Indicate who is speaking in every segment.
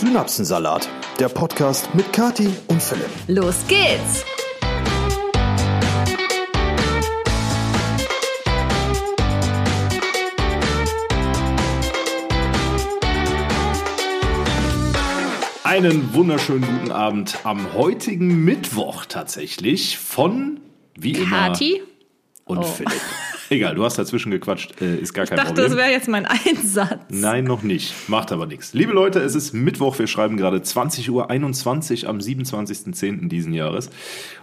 Speaker 1: Synapsensalat, der Podcast mit Kati und Philipp.
Speaker 2: Los geht's!
Speaker 3: Einen wunderschönen guten Abend am heutigen Mittwoch tatsächlich von wie immer
Speaker 2: Kati?
Speaker 3: und
Speaker 2: Oh.
Speaker 3: Philipp. Egal, du hast dazwischen gequatscht, äh, ist gar kein
Speaker 2: Dachte, das
Speaker 3: Problem.
Speaker 2: wäre jetzt mein Einsatz.
Speaker 3: Nein, noch nicht. Macht aber nichts. Liebe Leute, es ist Mittwoch. Wir schreiben gerade 20.21 Uhr am 27.10. diesen Jahres.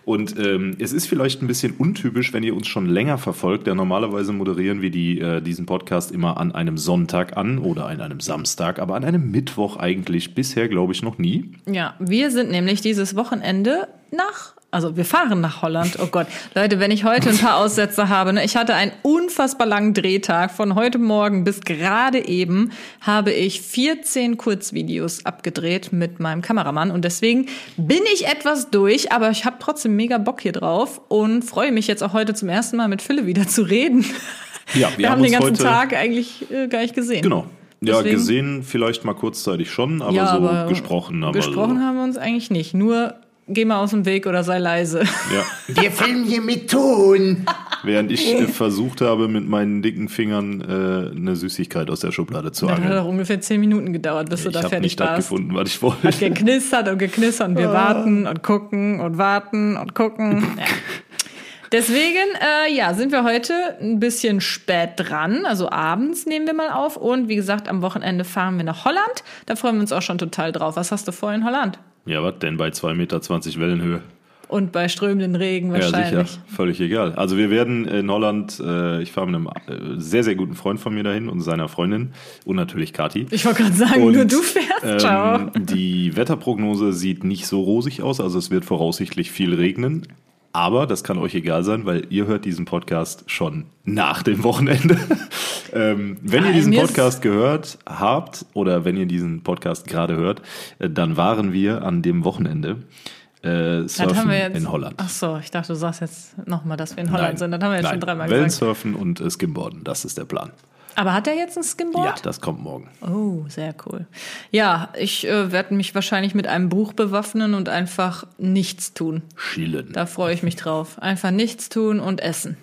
Speaker 3: Und ähm, es ist vielleicht ein bisschen untypisch, wenn ihr uns schon länger verfolgt. Denn normalerweise moderieren wir die, äh, diesen Podcast immer an einem Sonntag an oder an einem Samstag. Aber an einem Mittwoch eigentlich bisher, glaube ich, noch nie.
Speaker 2: Ja, wir sind nämlich dieses Wochenende nach, also wir fahren nach Holland. Oh Gott, Leute, wenn ich heute ein paar Aussätze habe, ne, ich hatte einen unfassbar langen Drehtag. Von heute Morgen bis gerade eben habe ich 14 Kurzvideos abgedreht mit meinem Kameramann und deswegen bin ich etwas durch, aber ich habe trotzdem mega Bock hier drauf und freue mich jetzt auch heute zum ersten Mal mit Philipp wieder zu reden.
Speaker 3: Ja,
Speaker 2: Wir, haben den
Speaker 3: uns
Speaker 2: ganzen
Speaker 3: heute-
Speaker 2: Tag eigentlich äh, gar nicht gesehen.
Speaker 3: Genau. Ja,
Speaker 2: Deswegen-
Speaker 3: gesehen vielleicht mal kurzzeitig schon, aber
Speaker 2: Ja,
Speaker 3: so
Speaker 2: aber
Speaker 3: gesprochen haben
Speaker 2: Gesprochen
Speaker 3: wir.
Speaker 2: haben wir uns eigentlich nicht. Nur geh mal aus dem Weg oder sei leise.
Speaker 3: So. also Ja.
Speaker 4: Wir filmen hier mit Ton.
Speaker 3: Während ich äh, versucht habe, mit meinen dicken Fingern äh, eine Süßigkeit aus der Schublade zu
Speaker 2: Das hat
Speaker 3: angeln.
Speaker 2: doch ungefähr zehn Minuten gedauert, bis du
Speaker 3: Ich
Speaker 2: da
Speaker 3: habe
Speaker 2: fertig
Speaker 3: nicht das
Speaker 2: warst.
Speaker 3: gefunden, was ich wollte.
Speaker 2: Geknistert und geknistert und wir warten und gucken und warten und gucken. Ja. Deswegen, äh, ja, sind wir heute ein bisschen spät dran. Also abends nehmen wir mal auf. Und wie gesagt, am Wochenende fahren wir nach Holland. Da freuen wir uns auch schon total drauf. Was hast du vor in Holland?
Speaker 3: Ja, was denn bei 2,20 Meter Wellenhöhe?
Speaker 2: Und bei strömenden Regen
Speaker 3: Ja,
Speaker 2: wahrscheinlich.
Speaker 3: sicher. Völlig egal. Also wir werden in Holland, äh, ich fahre mit einem äh, sehr, sehr guten Freund von mir dahin und seiner Freundin und natürlich Kati.
Speaker 2: Ich wollte gerade sagen, nur du fährst.
Speaker 3: ähm,
Speaker 2: Ciao.
Speaker 3: Die Wetterprognose sieht nicht so rosig aus, also es wird voraussichtlich viel regnen. Aber das kann euch egal sein, weil ihr hört diesen Podcast schon nach dem Wochenende. ähm, wenn
Speaker 2: Ah,
Speaker 3: ihr diesen
Speaker 2: mir ist-
Speaker 3: Podcast gehört habt oder wenn ihr diesen Podcast gerade hört, äh, dann waren wir an dem Wochenende äh,
Speaker 2: Das
Speaker 3: surfen in Holland.
Speaker 2: Ach so, ich dachte, du sagst jetzt nochmal, dass wir in Holland sind. Das haben wir jetzt
Speaker 3: nein.
Speaker 2: schon dreimal gesagt.
Speaker 3: Wellensurfen und äh, Skimboarden, das ist der Plan.
Speaker 2: Aber hat er jetzt ein
Speaker 3: Ja,
Speaker 2: Skimboard?
Speaker 3: das kommt morgen.
Speaker 2: Oh, sehr cool. Ja, ich äh, werde mich wahrscheinlich mit einem Buch bewaffnen und einfach nichts tun.
Speaker 3: Chillen.
Speaker 2: Da freue ich mich drauf. Einfach nichts tun und essen.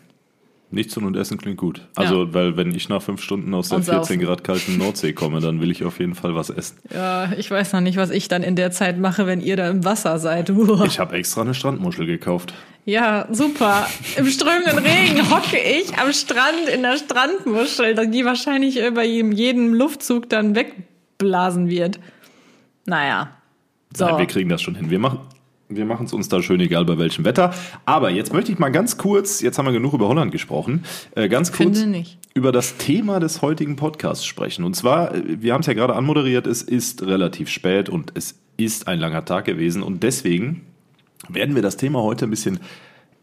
Speaker 3: Nichts tun und essen klingt gut. Also, weil wenn ich nach fünf Stunden aus der
Speaker 2: Und
Speaker 3: 14
Speaker 2: saufen.
Speaker 3: Grad kalten Nordsee komme, dann will ich auf jeden Fall was essen.
Speaker 2: Ja, ich weiß noch nicht, was ich dann in der Zeit mache, wenn ihr da im Wasser seid. Uah.
Speaker 3: Ich habe extra eine Strandmuschel gekauft.
Speaker 2: Ja, super. Im strömenden Regen hocke ich am Strand in der Strandmuschel, die wahrscheinlich über jedem, jedem Luftzug dann wegblasen wird. Naja. So.
Speaker 3: Nein, wir kriegen das schon hin. Wir machen wir machen es uns da schön, egal bei welchem Wetter. Aber jetzt möchte ich mal ganz kurz, jetzt haben wir genug über Holland gesprochen, äh, ganz kurz
Speaker 2: Finde nicht.
Speaker 3: über das Thema des heutigen Podcasts sprechen. Und zwar, äh, wir haben es ja gerade anmoderiert, es ist relativ spät und es ist ein langer Tag gewesen. Und deswegen werden wir das Thema heute ein bisschen,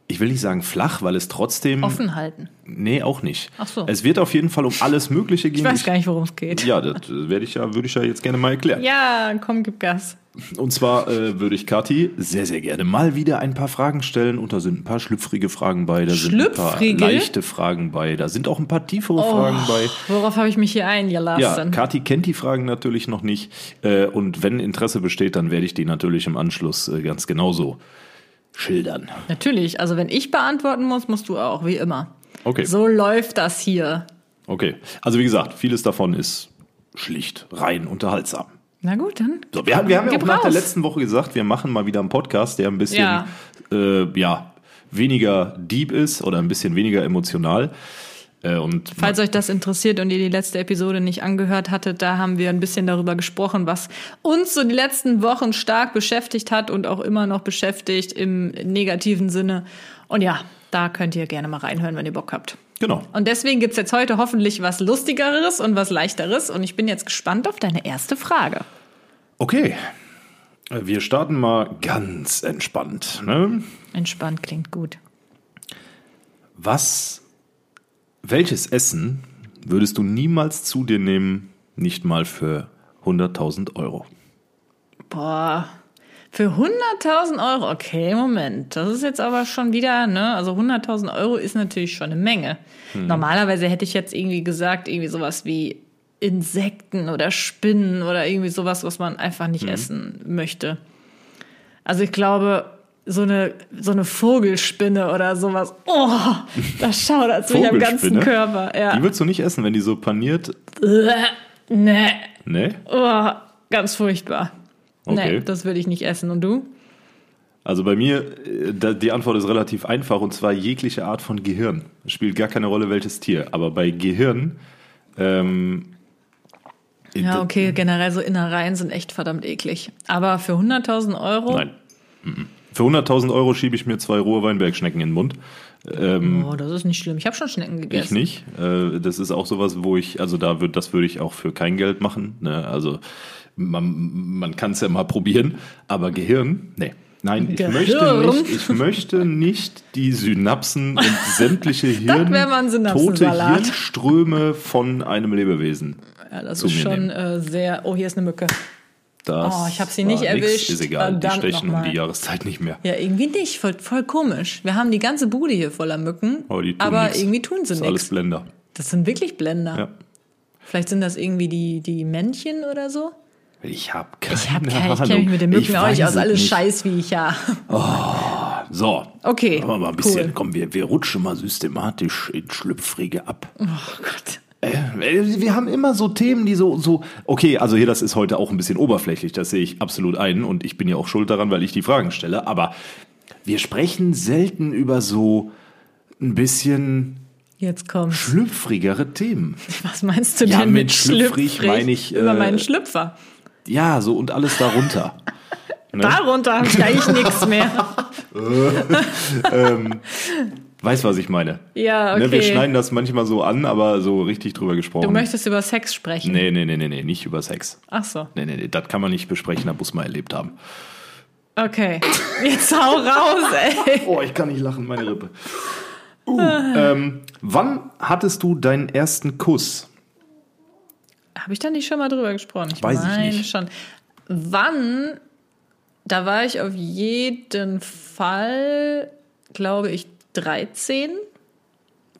Speaker 3: ich will nicht sagen flach, weil es trotzdem...
Speaker 2: Offen halten.
Speaker 3: Nee, auch nicht.
Speaker 2: Ach so.
Speaker 3: Es wird auf jeden Fall um alles Mögliche gehen.
Speaker 2: Ich weiß gar nicht, worum es geht.
Speaker 3: Ja, das äh, werde ich ja, würde ich ja jetzt gerne mal erklären.
Speaker 2: Ja, komm, gib Gas.
Speaker 3: Und zwar äh, würde ich Kathi sehr, sehr gerne mal wieder ein paar Fragen stellen. Und da sind ein paar schlüpfrige Fragen bei, da sind ein paar
Speaker 2: Schlüpfrige? Oh,
Speaker 3: leichte Fragen bei, da sind auch ein paar tiefere Fragen bei.
Speaker 2: Worauf habe ich mich hier
Speaker 3: Ja,
Speaker 2: eingelassen?
Speaker 3: Kathi kennt die Fragen natürlich noch nicht. Äh, und wenn Interesse besteht, dann werde ich die natürlich im Anschluss äh, ganz genauso schildern.
Speaker 2: Natürlich. Also, wenn ich beantworten muss, musst du auch, wie immer.
Speaker 3: Okay.
Speaker 2: So läuft das hier.
Speaker 3: Okay. Also wie gesagt, vieles davon ist schlicht, rein unterhaltsam.
Speaker 2: Na gut, dann.
Speaker 3: So, wir, haben- wir haben ja auch
Speaker 2: Gib
Speaker 3: nach der
Speaker 2: raus.
Speaker 3: letzten Woche gesagt, wir machen mal wieder einen Podcast, der ein bisschen
Speaker 2: Ja.
Speaker 3: Äh, ja, weniger deep ist oder ein bisschen weniger emotional. Äh, und
Speaker 2: Falls euch das interessiert und ihr die letzte Episode nicht angehört hattet, da haben wir ein bisschen darüber gesprochen, was uns so die letzten Wochen stark beschäftigt hat und auch immer noch beschäftigt im negativen Sinne. Und ja, da könnt ihr gerne mal reinhören, wenn ihr Bock habt.
Speaker 3: genau.
Speaker 2: Und deswegen gibt's jetzt heute hoffentlich was Lustigeres und was Leichteres. Und ich bin jetzt gespannt auf deine erste Frage.
Speaker 3: Okay. Äh, Wir starten mal ganz entspannt. Ne?
Speaker 2: Entspannt klingt gut.
Speaker 3: Was, welches Essen würdest du niemals zu dir nehmen, nicht mal für 100.000 Euro?
Speaker 2: Boah. Für 100.000 Euro, okay, Moment. Das ist jetzt aber schon wieder, ne? Also
Speaker 3: Hm.
Speaker 2: 100.000 Euro ist natürlich schon eine Menge. Normalerweise hätte ich jetzt irgendwie gesagt, irgendwie sowas wie Insekten oder Spinnen oder irgendwie sowas, was man einfach
Speaker 3: Hm.
Speaker 2: nicht essen möchte. Also ich glaube, so eine, so eine Vogelspinne oder sowas, oh, das schaudert mich am ganzen
Speaker 3: Vogelspinne?
Speaker 2: Körper. Ja.
Speaker 3: Die würdest du nicht essen, wenn die so paniert.
Speaker 2: Nee,
Speaker 3: Nee?
Speaker 2: oh, ganz furchtbar.
Speaker 3: Okay.
Speaker 2: Nee, das würde ich nicht essen. Und du?
Speaker 3: Also bei mir, äh, da- die Antwort ist relativ einfach und zwar jegliche Art von Gehirn. Es spielt gar keine Rolle, welches Tier. Aber bei Gehirn, ähm, äh,
Speaker 2: Ja,
Speaker 3: d-
Speaker 2: okay, generell so Innereien sind echt verdammt eklig. Aber für 100.000 Euro?
Speaker 3: Nein. Mhm. Für 100.000 Euro schiebe ich mir zwei rohe Weinbergschnecken in den Mund.
Speaker 2: Oh, das ist nicht schlimm. Ich habe schon Schnecken gegessen.
Speaker 3: Ich nicht. Äh, das ist auch sowas, wo ich, also da würde, das würde ich auch für kein Geld machen. Ne? Also man, man kann es ja mal probieren, aber Gehirn, nee. Nein, ich
Speaker 2: Gehirn?
Speaker 3: möchte, nicht, ich möchte nicht die Synapsen und sämtliche Hirn,
Speaker 2: wär mal ein
Speaker 3: tote
Speaker 2: Synapsensalat.
Speaker 3: Hirnströme von einem Lebewesen.
Speaker 2: Ja, das
Speaker 3: zu
Speaker 2: ist
Speaker 3: mir
Speaker 2: schon
Speaker 3: nehmen.
Speaker 2: äh, sehr. Oh, hier ist eine Mücke.
Speaker 3: Das
Speaker 2: Oh, ich hab sie
Speaker 3: war
Speaker 2: nicht
Speaker 3: nix,
Speaker 2: erwischt.
Speaker 3: Ist egal,
Speaker 2: Verdammt
Speaker 3: die stechen um
Speaker 2: nochmal.
Speaker 3: die Jahreszeit nicht mehr.
Speaker 2: Ja, irgendwie nicht. Voll, voll komisch. Wir haben die ganze Bude hier voller Mücken,
Speaker 3: Aber, Oh, die tun
Speaker 2: aber
Speaker 3: nix.
Speaker 2: irgendwie tun sie Ah.
Speaker 3: Ist alles
Speaker 2: nichts.
Speaker 3: Blender.
Speaker 2: Das sind wirklich Blender.
Speaker 3: Ja.
Speaker 2: Vielleicht sind das irgendwie die, die Männchen oder so.
Speaker 3: Ich habe keine
Speaker 2: Ich hab keine,
Speaker 3: Ahnung.
Speaker 2: ich kenne mich mit den Mücken auch nicht
Speaker 3: weiß
Speaker 2: aus.
Speaker 3: es
Speaker 2: Alles
Speaker 3: nicht.
Speaker 2: Scheißviecher.
Speaker 3: So.
Speaker 2: Okay,
Speaker 3: Machen wir mal ein
Speaker 2: cool.
Speaker 3: bisschen. Komm, wir, wir rutschen mal systematisch in Schlüpfrige ab.
Speaker 2: Oh Gott.
Speaker 3: Äh, Wir haben immer so Themen, die so, so. Okay, also hier, das ist heute auch ein bisschen oberflächlich, das sehe ich absolut ein und ich bin ja auch schuld daran, weil ich die Fragen stelle, aber wir sprechen selten über so ein bisschen
Speaker 2: Jetzt kommt.
Speaker 3: schlüpfrigere Themen.
Speaker 2: Was meinst du
Speaker 3: Ja,
Speaker 2: denn mit,
Speaker 3: mit schlüpfrig meine ich,
Speaker 2: Über
Speaker 3: äh,
Speaker 2: meinen Schlüpfer.
Speaker 3: Ja, so und alles darunter.
Speaker 2: Darunter habe ich eigentlich nichts mehr.
Speaker 3: Weißt, was ich meine?
Speaker 2: Ja, okay.
Speaker 3: Ne, wir schneiden das manchmal so an, aber so richtig drüber gesprochen.
Speaker 2: Du möchtest über Sex sprechen.
Speaker 3: nee, nee, nee, nee, nee, nicht über Sex.
Speaker 2: Ach so.
Speaker 3: Nee, nee, nee, das kann man nicht besprechen, da muss man erlebt haben.
Speaker 2: Okay. Jetzt hau raus, ey.
Speaker 3: Oh, ich kann nicht lachen, meine Rippe. Uh, ähm, wann hattest du deinen ersten Kuss?
Speaker 2: Habe ich da nicht schon mal drüber gesprochen? Ich
Speaker 3: Weiß ich
Speaker 2: meine
Speaker 3: nicht.
Speaker 2: schon. Wann? Da war ich auf jeden Fall, glaube ich, 13.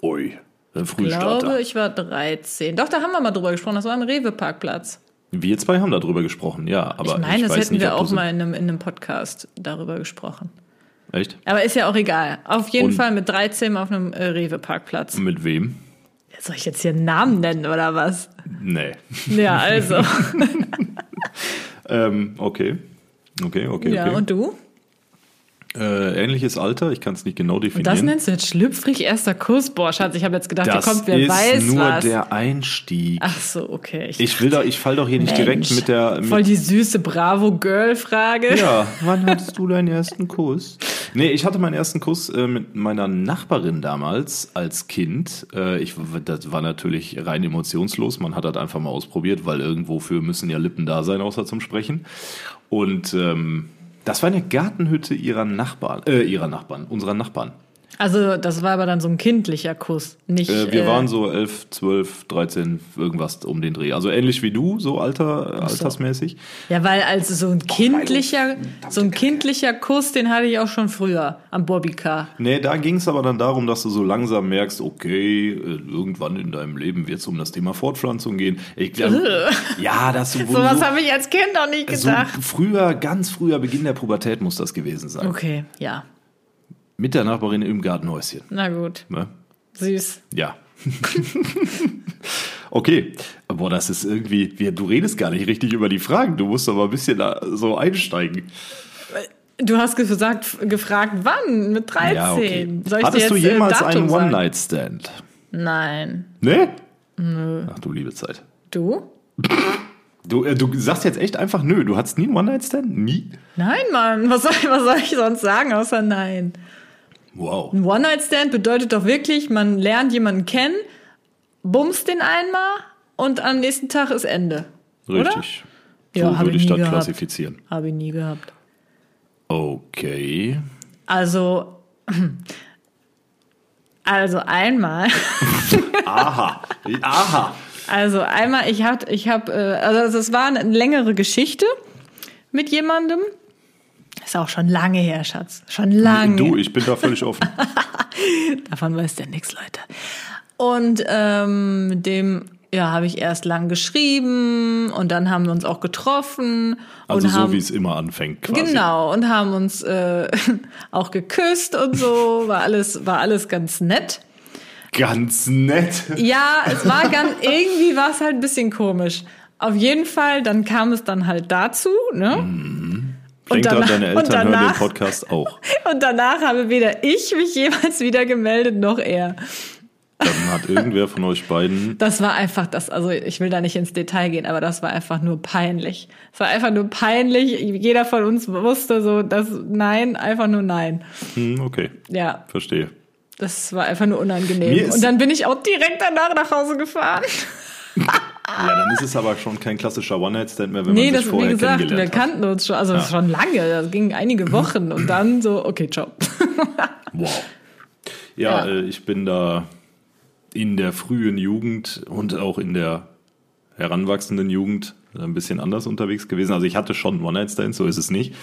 Speaker 3: Ui, ein
Speaker 2: Ich
Speaker 3: Frühstarter.
Speaker 2: glaube, ich war 13. Doch, da haben wir mal drüber gesprochen. Das war am Rewe-Parkplatz.
Speaker 3: wir zwei haben darüber gesprochen, ja, aber
Speaker 2: Ich
Speaker 3: ich,
Speaker 2: meine, das
Speaker 3: weiß
Speaker 2: hätten
Speaker 3: nicht,
Speaker 2: wir
Speaker 3: ob du
Speaker 2: auch
Speaker 3: so-
Speaker 2: mal in einem, in einem Podcast darüber gesprochen.
Speaker 3: Echt?
Speaker 2: Aber ist ja auch egal. Auf jeden
Speaker 3: Und-
Speaker 2: Fall mit 13 auf einem äh, Rewe-Parkplatz.
Speaker 3: Mit wem?
Speaker 2: Soll ich jetzt hier einen Namen nennen oder was?
Speaker 3: Nee.
Speaker 2: Ja, also.
Speaker 3: Ähm, okay. Okay, okay,
Speaker 2: Ja,
Speaker 3: okay.
Speaker 2: und du?
Speaker 3: äh, ähnliches Alter, ich kann es nicht genau definieren.
Speaker 2: Das nennst du jetzt schlüpfrig erster Kuss? Boah, Schatz, ich habe jetzt gedacht,
Speaker 3: Das
Speaker 2: hier kommt wer
Speaker 3: ist
Speaker 2: weiß
Speaker 3: nur
Speaker 2: was.
Speaker 3: der Einstieg.
Speaker 2: Ach so, okay.
Speaker 3: Ich will doch, ich fall doch hier nicht direkt mit der mit
Speaker 2: Voll die süße Bravo-Girl-Frage.
Speaker 3: Ja, wann hattest du deinen ersten Kuss? Nee, ich hatte meinen ersten Kuss äh, mit meiner Nachbarin damals als Kind. Äh, ich, das war natürlich rein emotionslos. Man hat das einfach mal ausprobiert, weil irgendwofür müssen ja Lippen da sein, außer zum Sprechen. Und ähm, das war eine Gartenhütte ihrer Nachbarn, äh, ihrer Nachbarn, unserer Nachbarn.
Speaker 2: Also, das war aber dann so ein kindlicher Kuss. Nicht,
Speaker 3: Äh, wir waren so 11, 12, 13, irgendwas um den Dreh. Also ähnlich wie du, so alter,
Speaker 2: so.
Speaker 3: altersmäßig.
Speaker 2: Ja, weil also
Speaker 3: Oh,
Speaker 2: so ein kindlicher, so ein kindlicher Kuss, den hatte ich auch schon früher am Bobbycar.
Speaker 3: Nee, da ging es aber dann darum, dass du so langsam merkst, okay, äh, irgendwann in deinem Leben wird es um das Thema Fortpflanzung gehen. Ich glaube, ja, das so,
Speaker 2: So was habe ich als Kind noch nicht
Speaker 3: so
Speaker 2: gedacht.
Speaker 3: früher, ganz früher Beginn der Pubertät muss das gewesen sein.
Speaker 2: Okay, ja.
Speaker 3: Mit der Nachbarin im Gartenhäuschen.
Speaker 2: Na gut.
Speaker 3: Ne?
Speaker 2: Süß.
Speaker 3: Ja. okay. Boah, das ist irgendwie, wir- du redest gar nicht richtig über die Fragen. Du musst aber ein bisschen da so einsteigen.
Speaker 2: Du hast gesagt, gefragt, wann? Mit 13.
Speaker 3: Ja, okay.
Speaker 2: Soll ich
Speaker 3: Hattest
Speaker 2: dir
Speaker 3: du
Speaker 2: jetzt, äh,
Speaker 3: jemals
Speaker 2: Datum
Speaker 3: einen
Speaker 2: sagen?
Speaker 3: One-Night-Stand?
Speaker 2: Nein.
Speaker 3: Ne? Nö. Ach du liebe Zeit.
Speaker 2: Du?
Speaker 3: Du, äh, du sagst jetzt echt einfach nö. Du hattest nie einen One-Night-Stand? Nie?
Speaker 2: Nein, Mann. Was soll, was soll ich sonst sagen, außer nein?
Speaker 3: Wow.
Speaker 2: Ein One-Night-Stand bedeutet doch wirklich, man lernt jemanden kennen, bumst den einmal und am nächsten Tag ist Ende.
Speaker 3: Richtig.
Speaker 2: Ja,
Speaker 3: so
Speaker 2: hab
Speaker 3: würde ich
Speaker 2: ich nie
Speaker 3: das
Speaker 2: gehabt.
Speaker 3: klassifizieren.
Speaker 2: Habe ich nie gehabt.
Speaker 3: Okay.
Speaker 2: Also, also einmal,
Speaker 3: Aha. Aha.
Speaker 2: also einmal, ich hatte, ich habe, also es war eine längere Geschichte mit jemandem. Ist auch schon lange her, Schatz. Schon lange.
Speaker 3: Du, ich bin da völlig offen.
Speaker 2: Davon weiß der nix, Leute. Und ähm, dem ja, habe ich erst lang geschrieben und dann haben wir uns auch getroffen.
Speaker 3: Also
Speaker 2: und
Speaker 3: so,
Speaker 2: haben,
Speaker 3: wie es immer anfängt quasi.
Speaker 2: Genau, und haben uns äh, auch geküsst und so, war alles, war alles ganz nett.
Speaker 3: Ganz nett.
Speaker 2: Ja, es war ganz, irgendwie war es halt ein bisschen komisch. Auf jeden Fall, dann kam es dann halt dazu, ne?
Speaker 3: Mhm. Denk dran,
Speaker 2: danach-
Speaker 3: deine Eltern
Speaker 2: und
Speaker 3: hören den
Speaker 2: danach-
Speaker 3: Podcast auch.
Speaker 2: Und danach habe weder ich mich jemals wieder gemeldet, noch er.
Speaker 3: Dann hat irgendwer von euch beiden
Speaker 2: Das war einfach das, also ich will da nicht ins Detail gehen, aber das war einfach nur peinlich. Es war einfach nur peinlich. Jeder von uns wusste so, dass nein, einfach nur nein.
Speaker 3: Hm, okay,
Speaker 2: Ja,
Speaker 3: verstehe.
Speaker 2: das war einfach nur
Speaker 3: Mir
Speaker 2: unangenehm.
Speaker 3: ist-
Speaker 2: Und dann bin ich auch direkt danach nach Hause gefahren.
Speaker 3: Ja, dann ist es aber schon kein klassischer One-Night-Stand mehr, wenn
Speaker 2: nee,
Speaker 3: man sich
Speaker 2: das, wie
Speaker 3: vorher
Speaker 2: gesagt, wir
Speaker 3: kennengelernt hat.
Speaker 2: kannten uns schon, also schon lange, das ging einige Wochen und dann so, okay, ciao.
Speaker 3: Wow. Ja,
Speaker 2: Ja.
Speaker 3: Äh, ich bin da in der frühen Jugend und auch in der heranwachsenden Jugend ein bisschen anders unterwegs gewesen. Also ich hatte schon One-Night-Stands, so ist es nicht.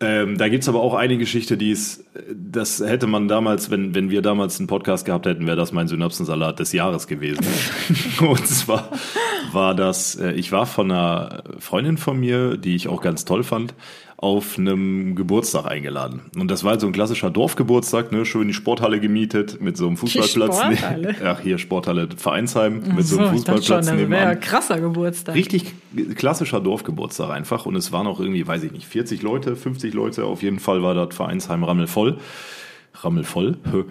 Speaker 3: Ähm, da gibt's aber auch eine Geschichte, die ist, das hätte man damals, wenn, wenn wir damals einen Podcast gehabt hätten, wäre das mein Synapsensalat des Jahres gewesen. Und zwar war das, äh, ich war von einer Freundin von mir, die ich auch ganz toll fand, auf einem Geburtstag eingeladen. Und das war halt so ein klassischer Dorfgeburtstag, ne? schön die Sporthalle gemietet mit so einem Fußballplatz.
Speaker 2: Sporthalle?
Speaker 3: Ach hier, Sporthalle Vereinsheim mit so einem
Speaker 2: ich dachte schon,
Speaker 3: Fußballplatz
Speaker 2: das wäre
Speaker 3: nebenan.
Speaker 2: ein krasser Geburtstag.
Speaker 3: Richtig klassischer Dorfgeburtstag einfach. Und es waren auch irgendwie, weiß ich nicht, 40 Leute, 50 Leute. Auf jeden Fall war das Vereinsheim rammelvoll. Rammelvoll? Hö.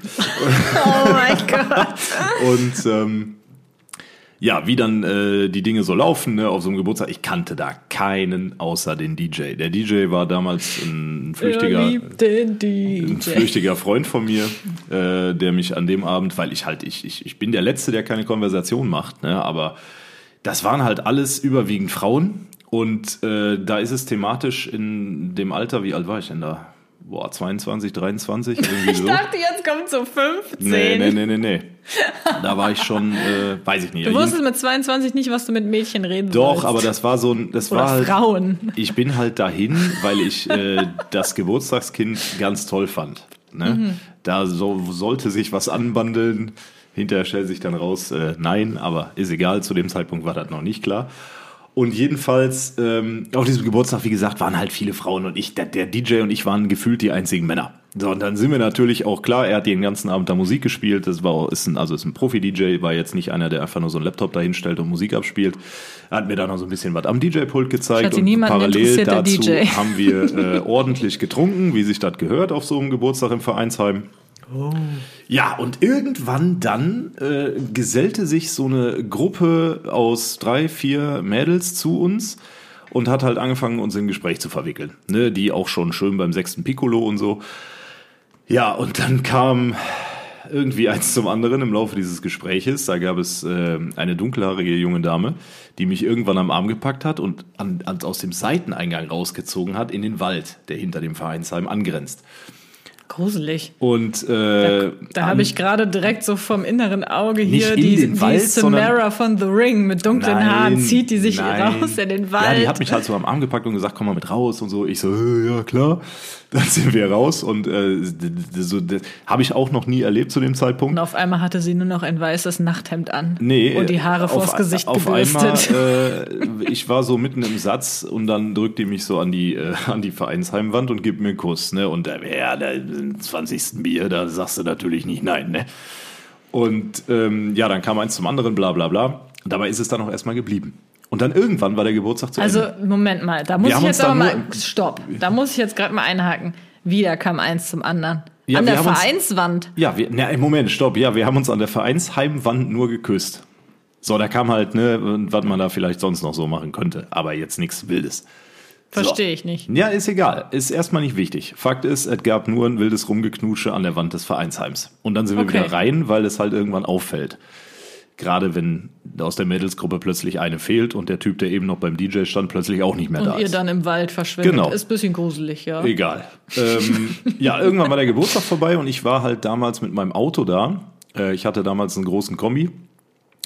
Speaker 2: Oh mein Gott.
Speaker 3: Und ähm, ja, wie dann äh, die Dinge so laufen ne, auf so einem Geburtstag. Ich kannte da keinen außer den DJ. Der DJ war damals ein
Speaker 2: Er
Speaker 3: flüchtiger,
Speaker 2: liebt den
Speaker 3: ein
Speaker 2: DJ.
Speaker 3: flüchtiger Freund von mir, äh, der mich an dem Abend, weil ich halt, ich, ich, ich bin der Letzte, der keine Konversation macht, ne, aber das waren halt alles überwiegend Frauen und äh, da ist es thematisch in dem Alter, wie alt war ich denn da? Boah, 22, 23? Irgendwie
Speaker 2: Ich
Speaker 3: so.
Speaker 2: dachte, jetzt kommt so 15.
Speaker 3: Nee, nee, nee, nee, nee. Da war ich schon, äh, weiß ich nicht.
Speaker 2: Du
Speaker 3: Auf jeden
Speaker 2: wusstest mit 22 nicht, was du mit Mädchen reden
Speaker 3: doch,
Speaker 2: sollst.
Speaker 3: aber das war so ein, das
Speaker 2: Oder
Speaker 3: war halt,
Speaker 2: Frauen.
Speaker 3: Ich bin halt dahin, weil ich äh, das Geburtstagskind ganz toll fand. Ne? Da so, sollte sich was anbandeln. Hinterher stellt sich dann raus, äh, nein, aber ist egal. Zu dem Zeitpunkt war das noch nicht klar. Und jedenfalls ähm, auf diesem Geburtstag, wie gesagt, waren halt viele Frauen und ich, der, der DJ und ich waren gefühlt die einzigen Männer. So, und dann sind wir natürlich auch klar, er hat den ganzen Abend da Musik gespielt. Das war, ist ein, also ist ein Profi-DJ, war jetzt nicht einer, der einfach nur so einen Laptop dahinstellt und Musik abspielt. Er hat mir da noch so ein bisschen was am DJ-Pult gezeigt
Speaker 2: Schatzi,
Speaker 3: und
Speaker 2: niemanden
Speaker 3: parallel
Speaker 2: interessiert der
Speaker 3: dazu
Speaker 2: DJ.
Speaker 3: haben wir äh, ordentlich getrunken, wie sich das gehört auf so einem Geburtstag im Vereinsheim. Ja, und irgendwann dann äh, gesellte sich so eine Gruppe aus drei, vier Mädels zu uns und hat halt angefangen, uns in Gespräch zu verwickeln. Ne, die auch schon schön beim sechsten Piccolo und so. Ja, und dann kam irgendwie eins zum anderen im Laufe dieses Gespräches. Da gab es äh, eine dunkelhaarige junge Dame, die mich irgendwann am Arm gepackt hat und an, an, aus dem Seiteneingang rausgezogen hat in den Wald, der hinter dem Vereinsheim angrenzt.
Speaker 2: Gruselig.
Speaker 3: Und äh,
Speaker 2: Da habe ich gerade direkt so vom inneren Auge
Speaker 3: Nicht
Speaker 2: hier
Speaker 3: in
Speaker 2: die,
Speaker 3: den
Speaker 2: die
Speaker 3: Wald,
Speaker 2: Samara von The Ring mit dunklen Haaren, zieht die sich
Speaker 3: nein.
Speaker 2: raus in den
Speaker 3: Ja,
Speaker 2: Wald.
Speaker 3: die hat mich halt so am Arm gepackt und gesagt, komm mal mit raus und so. Ich so, äh, ja klar. Dann sind wir raus und äh, d- d- so, d- habe ich auch noch nie erlebt zu dem Zeitpunkt.
Speaker 2: und auf einmal hatte sie nur noch ein weißes Nachthemd an.
Speaker 3: Nee,
Speaker 2: Und die Haare
Speaker 3: auf-
Speaker 2: vors Gesicht
Speaker 3: auf
Speaker 2: gebürstet.
Speaker 3: Einmal, äh, ich war so mitten im Satz und dann drückt die mich so an die, äh, an die Vereinsheimwand und gibt mir einen Kuss. Ne? Und da ja, da, im 20. Bier, da sagst du natürlich nicht nein. Ne? Und ähm, ja, dann kam eins zum anderen, bla bla bla. Und dabei ist es dann auch erstmal geblieben. Und dann irgendwann war der Geburtstag zu
Speaker 2: also,
Speaker 3: Ende.
Speaker 2: Moment mal, da muss
Speaker 3: haben
Speaker 2: ich
Speaker 3: uns
Speaker 2: jetzt
Speaker 3: da
Speaker 2: aber mal.
Speaker 3: nur-
Speaker 2: Stopp, da muss ich jetzt gerade mal einhaken. Wieder kam eins zum anderen.
Speaker 3: Ja,
Speaker 2: An
Speaker 3: wir
Speaker 2: der
Speaker 3: haben uns-
Speaker 2: Vereinswand.
Speaker 3: Ja, wir, na, Moment, stopp. Ja, wir haben uns an der Vereinsheimwand nur geküsst. So, da kam halt, ne, was man da vielleicht sonst noch so machen könnte. Aber jetzt nichts Wildes.
Speaker 2: Verstehe ich nicht.
Speaker 3: Ja, ist egal. Ist erstmal nicht wichtig. Fakt ist, es gab nur ein wildes Rumgeknutsche an der Wand des Vereinsheims. Und dann sind wir
Speaker 2: Okay.
Speaker 3: wieder rein, weil es halt irgendwann auffällt. Gerade wenn aus der Mädelsgruppe plötzlich eine fehlt und der Typ, der eben noch beim DJ stand, plötzlich auch nicht mehr da
Speaker 2: Und ihr
Speaker 3: ist.
Speaker 2: dann im Wald verschwindet.
Speaker 3: Genau.
Speaker 2: Ist ein bisschen gruselig, ja.
Speaker 3: Egal. Ähm, ja, irgendwann war der Geburtstag vorbei und ich war halt damals mit meinem Auto da. Äh, ich hatte damals einen großen Kombi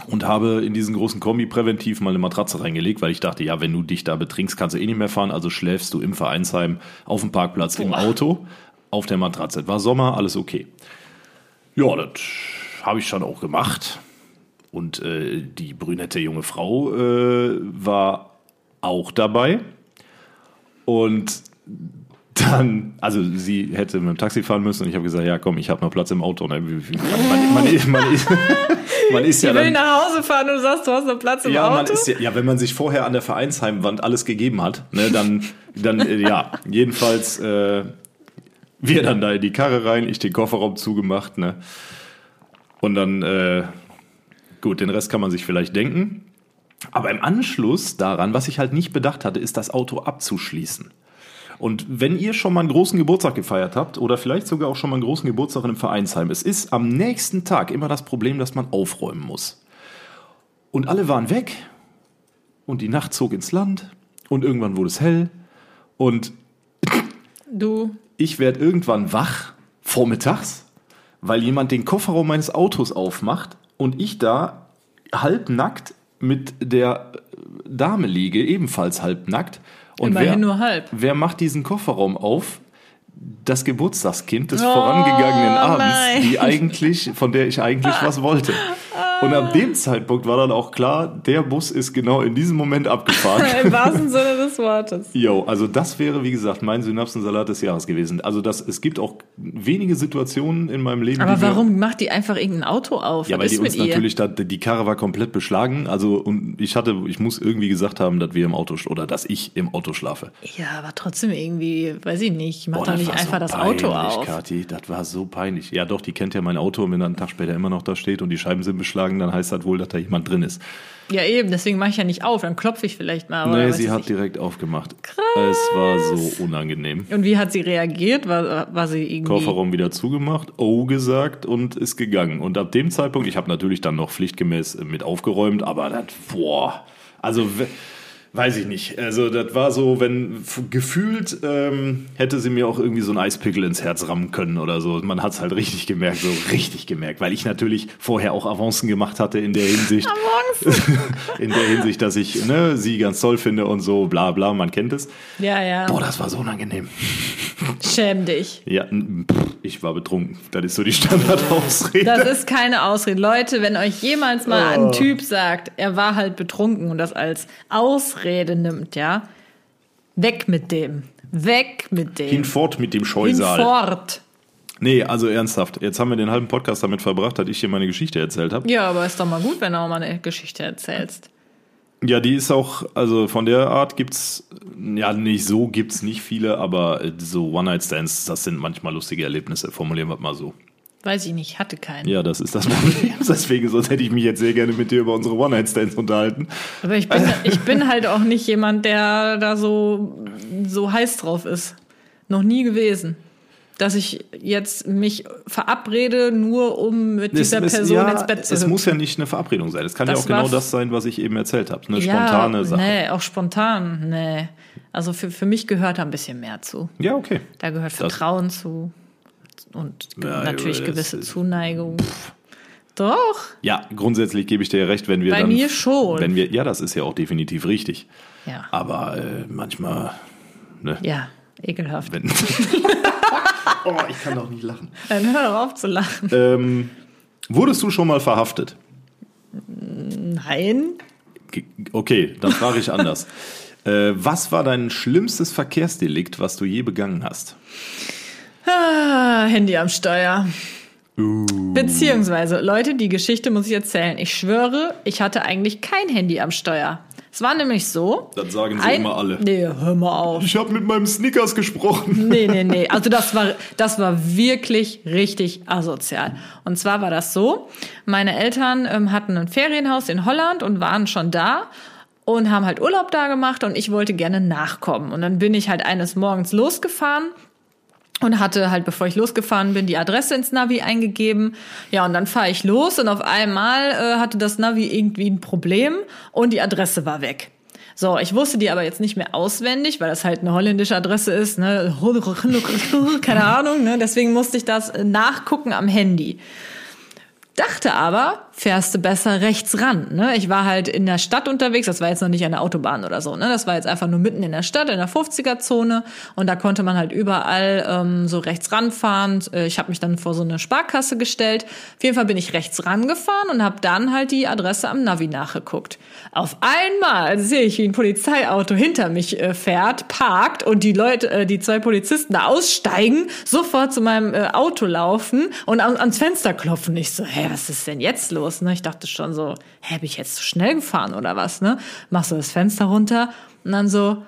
Speaker 3: und habe in diesen großen Kombi präventiv mal eine Matratze reingelegt, weil ich dachte, ja, wenn du dich da betrinkst, kannst du eh nicht mehr fahren. Also schläfst du im Vereinsheim auf dem Parkplatz im Auto auf der Matratze. Es war Sommer, alles okay. Ja, das habe ich schon auch gemacht. Und äh, die brünette junge Frau äh, war auch dabei. Und dann, also sie hätte mit dem Taxi fahren müssen und ich habe gesagt, ja komm, ich habe noch Platz im Auto. Und dann- Man, man, man, man, ist- man ist ja
Speaker 2: Ich will
Speaker 3: dann,
Speaker 2: nach Hause fahren und du sagst, du hast noch Platz im
Speaker 3: ja, man
Speaker 2: Auto.
Speaker 3: ist ja, ja, wenn man sich vorher an der Vereinsheimwand alles gegeben hat, ne, dann, dann äh, ja, jedenfalls äh, wir dann da in die Karre rein, ich den Kofferraum zugemacht, ne? Und dann, äh, gut, den Rest kann man sich vielleicht denken. Aber im Anschluss daran, was ich halt nicht bedacht hatte, ist das Auto abzuschließen. Und wenn ihr schon mal einen großen Geburtstag gefeiert habt oder vielleicht sogar auch schon mal einen großen Geburtstag in einem Vereinsheim, es ist am nächsten Tag immer das Problem, dass man aufräumen muss. Und alle waren weg. Und die Nacht zog ins Land. Und irgendwann wurde es hell. Und
Speaker 2: du,
Speaker 3: ich werde irgendwann wach, vormittags, weil jemand den Kofferraum meines Autos aufmacht und ich da halbnackt mit der äh, Dame liege, ebenfalls halbnackt. Und
Speaker 2: Immerhin
Speaker 3: wer,
Speaker 2: nur halb.
Speaker 3: wer macht diesen Kofferraum auf? Das Geburtstagskind des vorangegangenen Abends,
Speaker 2: Oh, nein.
Speaker 3: die eigentlich, von der ich eigentlich was wollte. Und ab dem Zeitpunkt war dann auch klar, der Bus ist genau in diesem Moment abgefahren.
Speaker 2: im wahrsten Sinne des Wortes.
Speaker 3: Jo, also das wäre, wie gesagt, mein Synapsensalat des Jahres gewesen. Also das, es gibt auch wenige Situationen in meinem Leben.
Speaker 2: Aber
Speaker 3: die wir-
Speaker 2: warum macht die einfach irgendein Auto auf?
Speaker 3: Ja,
Speaker 2: Was
Speaker 3: weil die
Speaker 2: ist mit
Speaker 3: uns
Speaker 2: ihr?
Speaker 3: natürlich, da, die Karre war komplett beschlagen. Also und ich hatte, ich muss irgendwie gesagt haben, dass wir im Auto sch- oder dass ich im Auto schlafe.
Speaker 2: Ja, aber trotzdem irgendwie, weiß ich nicht, macht
Speaker 3: Boah,
Speaker 2: doch
Speaker 3: das
Speaker 2: nicht
Speaker 3: war
Speaker 2: einfach
Speaker 3: so
Speaker 2: das
Speaker 3: peinlich,
Speaker 2: Auto auf.
Speaker 3: Kathi, das war so peinlich. Ja, doch, die kennt ja mein Auto und wenn dann einen Tag später immer noch da steht und die Scheiben sind beschlagen, dann heißt das wohl, dass da jemand drin ist.
Speaker 2: Ja, eben, deswegen mache ich ja nicht auf, dann klopfe ich vielleicht mal. aber
Speaker 3: nee,
Speaker 2: Oh, weiß
Speaker 3: sie
Speaker 2: ich
Speaker 3: hat
Speaker 2: nicht.
Speaker 3: direkt aufgemacht. Krass. Es war so unangenehm.
Speaker 2: Und wie hat sie reagiert? War, war sie irgendwie.
Speaker 3: Kofferraum wieder zugemacht, oh gesagt und ist gegangen. Und ab dem Zeitpunkt, ich habe natürlich dann noch pflichtgemäß äh, mit aufgeräumt, aber das, boah, also we- weiß ich nicht. Also das war so, wenn f- gefühlt ähm, hätte sie mir auch irgendwie so ein Eispickel ins Herz rammen können oder so. Man hat es halt richtig gemerkt, so richtig gemerkt, weil ich natürlich vorher auch Avancen gemacht hatte in der Hinsicht. in der Hinsicht, dass ich ne, sie ganz toll finde und so, bla bla, man kennt es.
Speaker 2: Ja, ja.
Speaker 3: Boah, das war so unangenehm.
Speaker 2: Schäm dich.
Speaker 3: Ja, n- pff, ich war betrunken. Das ist so die Standardausrede.
Speaker 2: Das ist keine Ausrede. Leute, wenn euch jemals mal
Speaker 3: Oh.
Speaker 2: ein Typ sagt, er war halt betrunken und das als Ausrede nimmt, ja, weg mit dem. Weg mit dem.
Speaker 3: Hinfort mit dem Scheusal.
Speaker 2: Hinfort.
Speaker 3: Nee, also ernsthaft. Jetzt haben wir den halben Podcast damit verbracht, dass ich hier meine Geschichte erzählt habe.
Speaker 2: Ja, aber ist doch mal gut, wenn du auch mal eine Geschichte erzählst.
Speaker 3: Ja, die ist auch, also von der Art gibt's, ja, nicht so gibt's nicht viele, aber äh, so One-Night-Stands, das sind manchmal lustige Erlebnisse, formulieren wir mal so.
Speaker 2: Weiß ich nicht, hatte keinen.
Speaker 3: Ja, das ist das Problem. Deswegen, sonst hätte ich mich jetzt sehr gerne mit dir über unsere One-Night-Stands unterhalten.
Speaker 2: Aber ich bin, ich bin halt auch nicht jemand, der da so, so heiß drauf ist. Noch nie gewesen. Dass ich jetzt mich verabrede, nur um mit dieser
Speaker 3: es,
Speaker 2: Person
Speaker 3: ja,
Speaker 2: ins Bett zu
Speaker 3: es
Speaker 2: hüpfen.
Speaker 3: muss ja nicht eine Verabredung sein. Es kann
Speaker 2: Das ne.
Speaker 3: ja auch genau
Speaker 2: war-
Speaker 3: das sein, was ich eben erzählt habe. Eine spontane Sache.
Speaker 2: Nee, auch spontan, nee. Also für, für mich gehört da ein bisschen mehr zu.
Speaker 3: Ja, okay.
Speaker 2: Da gehört Vertrauen zu und ge-
Speaker 3: Ja,
Speaker 2: natürlich
Speaker 3: das
Speaker 2: gewisse
Speaker 3: ist-
Speaker 2: Zuneigung. Doch,
Speaker 3: Ja, grundsätzlich gebe ich dir recht, wenn wir
Speaker 2: Bei
Speaker 3: dann.
Speaker 2: mir schon.
Speaker 3: Wenn wir, ja, das ist ja auch definitiv richtig.
Speaker 2: ja.
Speaker 3: Aber äh, manchmal. Ne,
Speaker 2: Ja, ekelhaft.
Speaker 3: Wenn,
Speaker 4: Oh, ich kann doch nicht lachen.
Speaker 2: Dann hör doch auf zu lachen.
Speaker 3: ähm, wurdest du schon mal verhaftet?
Speaker 2: Nein.
Speaker 3: G- Okay, dann frage ich anders. äh, was war dein schlimmstes Verkehrsdelikt, was du je begangen hast?
Speaker 2: Ah, Handy am Steuer.
Speaker 3: Uh.
Speaker 2: Beziehungsweise, Leute, die Geschichte muss ich erzählen. Ich schwöre, ich hatte eigentlich kein Handy am Steuer. Es war nämlich so.
Speaker 3: Das sagen sie immer alle.
Speaker 2: Nee, hör mal auf.
Speaker 3: Ich habe mit meinem Snickers gesprochen.
Speaker 2: Nee, nee, nee. Also das war, das war wirklich richtig asozial. Und zwar war das so, meine Eltern ähm, hatten ein Ferienhaus in Holland und waren schon da und haben halt Urlaub da gemacht und ich wollte gerne nachkommen. Und dann bin ich halt eines Morgens losgefahren und hatte halt, bevor ich losgefahren bin, die Adresse ins Navi eingegeben. Ja, und dann fahre ich los und auf einmal äh, hatte das Navi irgendwie ein Problem und die Adresse war weg. So, ich wusste die aber jetzt nicht mehr auswendig, weil das halt eine holländische Adresse ist, ne? Keine Ahnung, ne? Deswegen musste ich das äh, nachgucken am Handy. Dachte aber, fährst du besser rechts ran. Ne? Ich war halt in der Stadt unterwegs, das war jetzt noch nicht an der Autobahn oder so. Ne? Das war jetzt einfach nur mitten in der Stadt, in der 50er-Zone. Und da konnte man halt überall ähm, so rechts ranfahren. Äh, Ich habe mich dann vor so eine Sparkasse gestellt. Auf jeden Fall bin ich rechts rangefahren und habe dann halt die Adresse am Navi nachgeguckt. Auf einmal sehe ich, wie ein Polizeiauto hinter mich äh, fährt, parkt und die Leute, äh, die zwei Polizisten da aussteigen, sofort zu meinem äh, Auto laufen und an, ans Fenster klopfen. Ich so, hä, was ist denn jetzt los? Ne? Ich dachte schon so, hä, bin ich jetzt zu schnell gefahren oder was? Ne? Machst du das Fenster runter und dann so,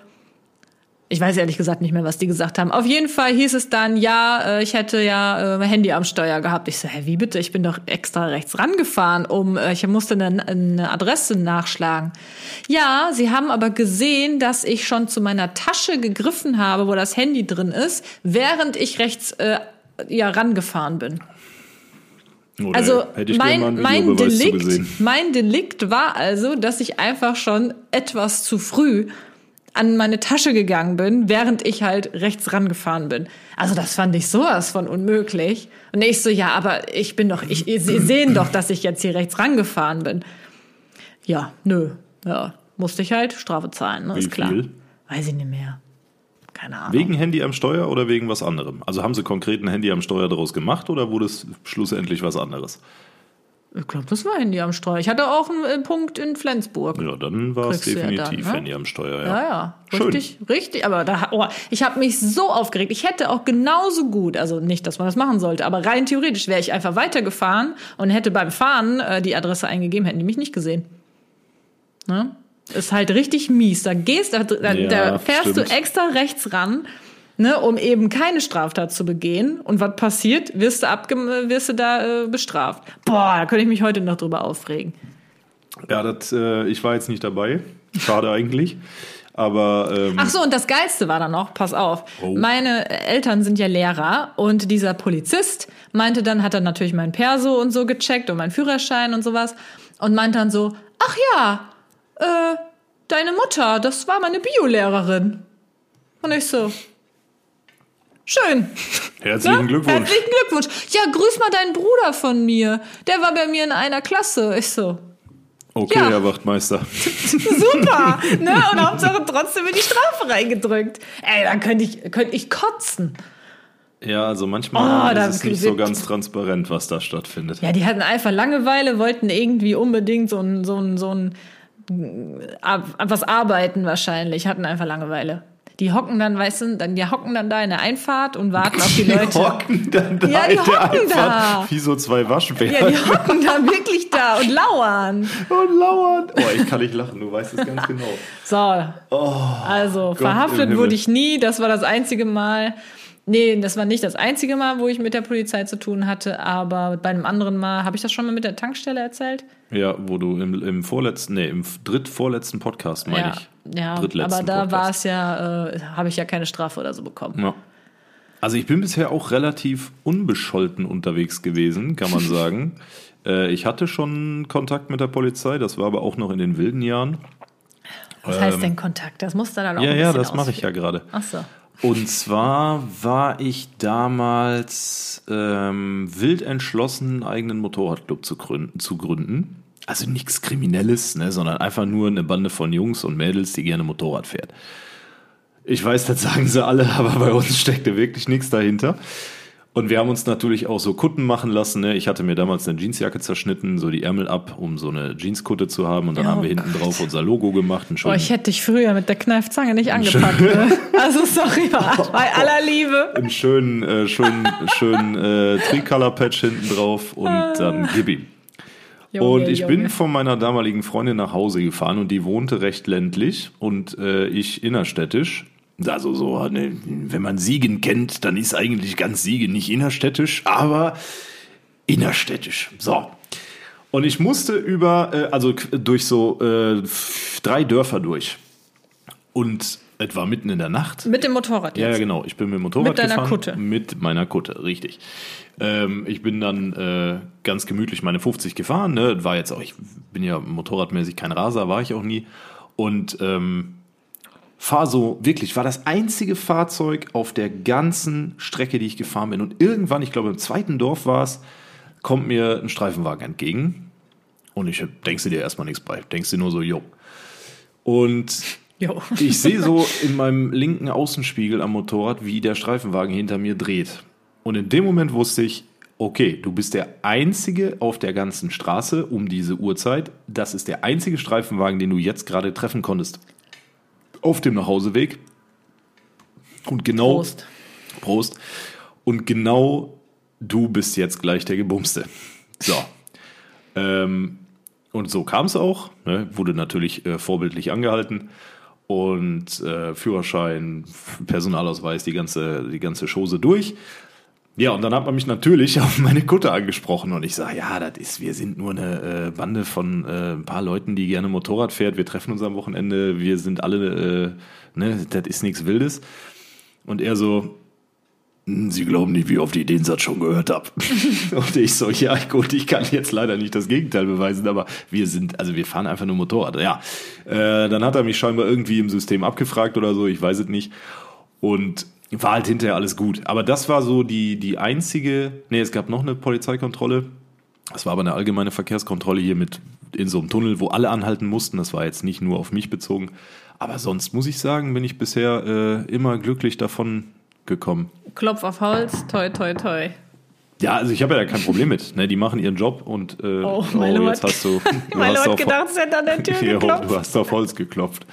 Speaker 2: ich weiß ehrlich gesagt nicht mehr, was die gesagt haben. Auf jeden Fall hieß es dann, ja, äh, ich hätte ja äh, mein Handy am Steuer gehabt. Ich so, hä, wie bitte? Ich bin doch extra rechts rangefahren, um, äh, ich musste eine, eine Adresse nachschlagen. Ja, sie haben aber gesehen, dass ich schon zu meiner Tasche gegriffen habe, wo das Handy drin ist, während ich rechts äh, ja rangefahren bin.
Speaker 3: Oder
Speaker 2: Also
Speaker 3: hätte ich dir mal
Speaker 2: mein,
Speaker 3: einen
Speaker 2: mein,
Speaker 3: Videobeweis
Speaker 2: Delikt,
Speaker 3: zugesehen.
Speaker 2: mein Delikt war also, dass ich einfach schon etwas zu früh an meine Tasche gegangen bin, während ich halt rechts rangefahren bin. Also das fand ich sowas von unmöglich. Und ich so, ja, aber ich bin doch, ich, Sie sehen doch, dass ich jetzt hier rechts rangefahren bin. Ja, nö, ja, musste ich halt Strafe zahlen, ne,
Speaker 3: Wie
Speaker 2: ist klar.
Speaker 3: viel?
Speaker 2: Weiß ich nicht mehr. Keine Ahnung.
Speaker 3: Wegen Handy am Steuer oder wegen was anderem? Also haben sie konkret ein Handy am Steuer daraus gemacht oder wurde es schlussendlich was anderes?
Speaker 2: ich glaube, das war Handy am Steuer. Ich hatte auch einen äh, Punkt in Flensburg.
Speaker 3: Ja, dann war es
Speaker 2: Kriegst du ja
Speaker 3: definitiv
Speaker 2: dann, ne?
Speaker 3: Handy am Steuer.
Speaker 2: Ja, ja, richtig, richtig. Aber da, oh, ich habe mich so aufgeregt. Ich hätte auch genauso gut, also nicht, dass man das machen sollte, aber rein theoretisch wäre ich einfach weitergefahren und hätte beim Fahren äh, die Adresse eingegeben, hätten die mich nicht gesehen. Ne? Ist halt richtig mies. Da gehst, da, da,
Speaker 3: Ja,
Speaker 2: da fährst
Speaker 3: stimmt.
Speaker 2: du extra rechts ran. Ne, um eben keine Straftat zu begehen. Und was passiert? Wirst du, abge wirst du da äh, bestraft. Boah, da könnte ich mich heute noch drüber aufregen.
Speaker 3: Ja, das, äh, ich war jetzt nicht dabei. Schade eigentlich. Aber ähm,
Speaker 2: Ach so, und das Geilste war dann noch, pass auf,
Speaker 3: Oh.
Speaker 2: meine Eltern sind ja Lehrer und dieser Polizist meinte dann, hat dann natürlich mein Perso und so gecheckt und meinen Führerschein und sowas und meint dann so, ach ja, äh, deine Mutter, das war meine Biolehrerin. Und ich so, schön.
Speaker 3: herzlichen
Speaker 2: Ne?
Speaker 3: Glückwunsch.
Speaker 2: Herzlichen Glückwunsch. Ja, grüß mal deinen Bruder von mir. Der war bei mir in einer Klasse. Ich so,
Speaker 3: Okay,
Speaker 2: Ja.
Speaker 3: Herr Wachtmeister.
Speaker 2: super, ne? Und Hauptsache trotzdem in die Strafe reingedrückt. Ey, dann könnte ich, könnte ich kotzen.
Speaker 3: Ja, also manchmal
Speaker 2: Oh, da
Speaker 3: ist es nicht so
Speaker 2: gibt-
Speaker 3: ganz transparent, was da stattfindet.
Speaker 2: Ja, die hatten einfach Langeweile, wollten irgendwie unbedingt so ein, so ein, so ein, ab- an was arbeiten wahrscheinlich, hatten einfach Langeweile. Die hocken dann, weißt du, dann, die hocken dann da in der Einfahrt und warten auf die Leute.
Speaker 3: hocken dann da
Speaker 2: Ja, die
Speaker 3: in der
Speaker 2: hocken da.
Speaker 3: Einfahrt wie so zwei Waschbären
Speaker 2: Ja, die hocken da wirklich da und lauern.
Speaker 3: und lauern. Oh, ich kann nicht lachen, du weißt es ganz genau.
Speaker 2: So. also, verhaftet
Speaker 3: Oh, im
Speaker 2: wurde
Speaker 3: Himmel.
Speaker 2: ich nie. Das war das einzige Mal. Nee, das war nicht das einzige Mal, wo ich mit der Polizei zu tun hatte, aber bei einem anderen Mal, habe ich das schon mal mit der Tankstelle erzählt?
Speaker 3: Ja, wo du im, im vorletzten, nee, im drittvorletzten Podcast, meine
Speaker 2: ja,
Speaker 3: ich.
Speaker 2: ja aber
Speaker 3: Drittletzten
Speaker 2: da
Speaker 3: Podcast.
Speaker 2: war es ja, äh, habe ich ja keine Strafe oder so bekommen.
Speaker 3: Ja. Also ich bin bisher auch relativ unbescholten unterwegs gewesen, kann man sagen. äh, ich hatte schon Kontakt mit der Polizei, das war aber auch noch in den wilden Jahren.
Speaker 2: Was heißt denn Kontakt? Das muss da dann auch
Speaker 3: Ja,
Speaker 2: ein
Speaker 3: ja,
Speaker 2: bisschen
Speaker 3: das mache ich ja gerade.
Speaker 2: Ach so.
Speaker 3: Und zwar war ich damals ähm, wild entschlossen, einen eigenen Motorradclub zu gründen. Zu gründen. Also nichts Kriminelles, ne, sondern einfach nur eine Bande von Jungs und Mädels, die gerne Motorrad fährt. Ich weiß, das sagen sie alle, aber bei uns steckte wirklich nichts dahinter. Und wir haben uns natürlich auch so Kutten machen lassen. Ne? Ich hatte mir damals eine Jeansjacke zerschnitten, so die Ärmel ab, um so eine Jeanskutte zu haben. Und dann
Speaker 2: Oh
Speaker 3: haben wir hinten
Speaker 2: Gott.
Speaker 3: drauf unser Logo gemacht. Einen
Speaker 2: Boah,
Speaker 3: schönen
Speaker 2: ich hätte dich früher mit der Kneifzange nicht angepackt. Ne? Also sorry,
Speaker 3: Oh,
Speaker 2: bei aller Liebe.
Speaker 3: einen schönen, äh, schönen, schönen äh, Tricolor-Patch hinten drauf und dann gib ihm.
Speaker 2: Junge,
Speaker 3: und ich bin
Speaker 2: Junge.
Speaker 3: von meiner damaligen Freundin nach Hause gefahren und die wohnte recht ländlich und äh, ich innerstädtisch. Also so, ne, wenn man Siegen kennt, dann ist eigentlich ganz Siegen nicht innerstädtisch, aber innerstädtisch. So. Und ich musste über, äh, also qu- durch so äh, f- drei Dörfer durch. Und es war mitten in der Nacht.
Speaker 2: mit dem Motorrad
Speaker 3: Ja,
Speaker 2: jetzt.
Speaker 3: ja, genau. Ich bin mit dem Motorrad
Speaker 2: Mit deiner
Speaker 3: gefahren.
Speaker 2: Kutte.
Speaker 3: Mit meiner Kutte, richtig. Ähm, ich bin dann äh, ganz gemütlich meine 50 gefahren. Ne? War jetzt auch, ich bin ja motorradmäßig kein Raser, war ich auch nie. Und ähm, fahr so, wirklich, war das einzige Fahrzeug auf der ganzen Strecke, die ich gefahren bin. Und irgendwann, ich glaube im zweiten Dorf war es, kommt mir ein Streifenwagen entgegen. Und ich denkst du dir erstmal nichts bei. Denkst du nur so, jo. Und
Speaker 2: Jo.
Speaker 3: ich sehe so in meinem linken Außenspiegel am Motorrad, wie der Streifenwagen hinter mir dreht. Und in dem Moment wusste ich, okay, du bist der Einzige auf der ganzen Straße um diese Uhrzeit. Das ist der einzige Streifenwagen, den du jetzt gerade treffen konntest. Auf dem Nachhauseweg. Und genau.
Speaker 2: Prost.
Speaker 3: Prost. Und genau du bist jetzt gleich der Gebumste. So. ähm, und so kam es auch. Ne? Wurde natürlich äh, vorbildlich angehalten. Und äh, Führerschein, Personalausweis, die ganze, die ganze Chose durch. Ja, und dann hat man mich natürlich auf meine Kutte angesprochen und ich sage, ja, das ist, wir sind nur eine äh, Bande von äh, ein paar Leuten, die gerne Motorrad fährt. Wir treffen uns am Wochenende, wir sind alle, äh, ne, das ist nichts Wildes. Und er so, "Hm, Sie glauben nicht, wie oft ich den Satz schon gehört habe. und ich so, ja, gut, ich kann jetzt leider nicht das Gegenteil beweisen, aber wir sind, also wir fahren einfach nur Motorrad. Ja, äh, dann hat er mich scheinbar irgendwie im System abgefragt oder so, ich weiß es nicht. Und war halt hinterher alles gut. Aber das war so die, die einzige, nee, es gab noch eine Polizeikontrolle. Das war aber eine allgemeine Verkehrskontrolle hier mit in so einem Tunnel, wo alle anhalten mussten. Das war jetzt nicht nur auf mich bezogen. Aber sonst muss ich sagen, bin ich bisher äh, immer glücklich davon gekommen.
Speaker 2: Klopf auf Holz, toi, toi, toi.
Speaker 3: Ja, also ich habe ja da kein Problem mit. Ne? Die machen ihren Job und äh,
Speaker 2: Oh, mein Lord.
Speaker 3: jetzt hast du, du
Speaker 2: Meine
Speaker 3: hast
Speaker 2: Leute
Speaker 3: auf-
Speaker 2: gedacht, es hätte an der Tür
Speaker 3: Jo, Ähm,
Speaker 2: geklopft.
Speaker 3: du hast auf Holz geklopft.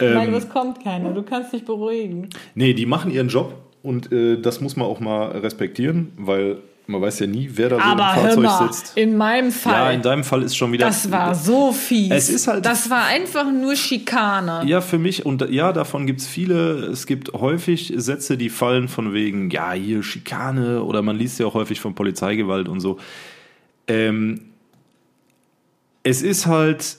Speaker 2: Nein, es kommt keiner. Du kannst dich beruhigen.
Speaker 3: Nee, die machen ihren Job und äh, das muss man auch mal respektieren, weil man weiß ja nie, wer da so
Speaker 2: Aber
Speaker 3: Also im
Speaker 2: hör
Speaker 3: Fahrzeug
Speaker 2: mal,
Speaker 3: sitzt.
Speaker 2: in meinem
Speaker 3: Ja,
Speaker 2: Fall,
Speaker 3: in deinem Fall ist schon wieder.
Speaker 2: das war so fies.
Speaker 3: Es ist halt-
Speaker 2: das war einfach nur Schikane.
Speaker 3: Ja, für mich und ja, davon gibt's viele. Es gibt häufig Sätze, die fallen von wegen, ja, hier Schikane oder man liest ja auch häufig von Polizeigewalt und so. Ähm, es ist halt,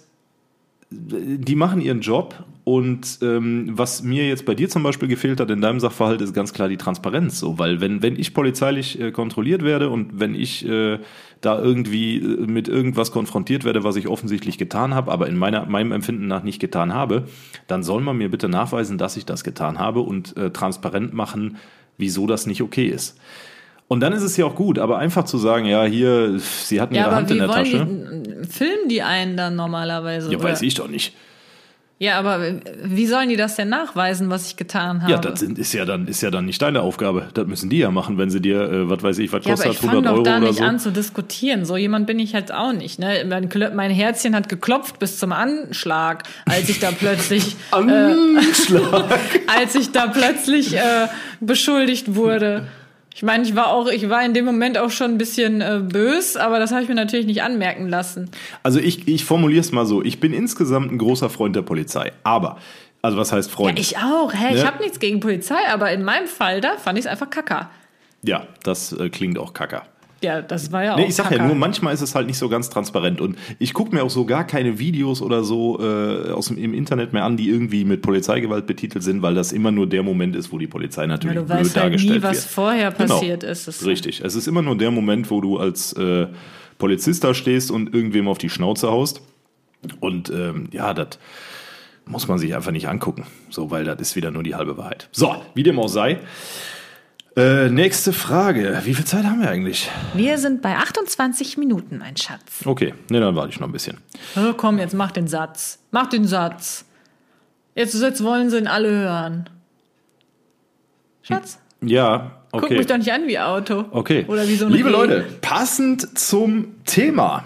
Speaker 3: die machen ihren Job und ähm, was mir jetzt bei dir zum Beispiel gefehlt hat in deinem Sachverhalt ist ganz klar die Transparenz. So, weil wenn wenn ich polizeilich äh, kontrolliert werde und wenn ich äh, da irgendwie äh, mit irgendwas konfrontiert werde, was ich offensichtlich getan habe, aber in meiner meinem Empfinden nach nicht getan habe, dann soll man mir bitte nachweisen, dass ich das getan habe und äh, transparent machen, wieso das nicht okay ist. Und dann ist es ja auch gut, aber einfach zu sagen, ja, hier, pf, sie hatten
Speaker 2: Ja,
Speaker 3: ihre
Speaker 2: aber
Speaker 3: Hand
Speaker 2: wie
Speaker 3: in der
Speaker 2: wollen
Speaker 3: Tasche.
Speaker 2: die, filmen die einen dann normalerweise?
Speaker 3: Ja,
Speaker 2: oder?
Speaker 3: weiß ich doch nicht.
Speaker 2: Ja, aber wie sollen die das denn nachweisen, was ich getan habe?
Speaker 3: Ja, das sind, ist ja dann ist ja dann nicht deine Aufgabe. Das müssen die ja machen, wenn sie dir, äh, was weiß ich, was
Speaker 2: ja, aber
Speaker 3: kostet,
Speaker 2: ich fange
Speaker 3: 100
Speaker 2: doch
Speaker 3: Euro
Speaker 2: da
Speaker 3: oder
Speaker 2: nicht
Speaker 3: so.
Speaker 2: an zu diskutieren. So jemand bin ich halt auch nicht. Ne? Mein, Kl- mein Herzchen hat geklopft bis zum Anschlag, als ich da plötzlich, äh, als ich da plötzlich äh, beschuldigt wurde. Ich meine, ich war auch, ich war in dem Moment auch schon ein bisschen äh, bös, aber das habe ich mir natürlich nicht anmerken lassen.
Speaker 3: Also ich, ich formuliere es mal so. Ich bin insgesamt ein großer Freund der Polizei. Aber, also was heißt
Speaker 2: Ja,
Speaker 3: Freund?
Speaker 2: ich auch. Hä, ich
Speaker 3: Ne?
Speaker 2: habe nichts gegen Polizei, aber in meinem Fall da fand ich es einfach Kacker.
Speaker 3: Ja, das äh, klingt auch kacker.
Speaker 2: Ja, das war ja
Speaker 3: Nee,
Speaker 2: auch.
Speaker 3: ich sag ja
Speaker 2: Kacker.
Speaker 3: nur, manchmal ist es halt nicht so ganz transparent. Und ich gucke mir auch so gar keine Videos oder so äh, aus dem im Internet mehr an, die irgendwie mit Polizeigewalt betitelt sind, weil das immer nur der Moment ist, wo die Polizei
Speaker 2: Ja,
Speaker 3: natürlich
Speaker 2: du
Speaker 3: blöd
Speaker 2: weißt halt
Speaker 3: dargestellt
Speaker 2: nie, was
Speaker 3: wird.
Speaker 2: vorher
Speaker 3: Genau.
Speaker 2: passiert ist. Das
Speaker 3: Richtig. Es ist immer nur der Moment, wo du als äh, Polizist da stehst und irgendwem auf die Schnauze haust. Und ähm, ja, das muss man sich einfach nicht angucken. So, weil das ist wieder nur die halbe Wahrheit. So, wie dem auch sei. Äh, nächste Frage. Wie viel Zeit haben wir eigentlich?
Speaker 2: Wir sind bei 28 Minuten, mein Schatz.
Speaker 3: Okay, ne, dann warte ich noch ein bisschen.
Speaker 2: Also komm, jetzt mach den Satz. Mach den Satz. Jetzt, jetzt wollen sie ihn alle hören. Schatz,
Speaker 3: Ja, Hm, okay.
Speaker 2: guck mich doch nicht an wie Auto.
Speaker 3: Okay.
Speaker 2: Oder wie so ein
Speaker 3: Liebe
Speaker 2: Reh.
Speaker 3: Leute, passend zum Thema.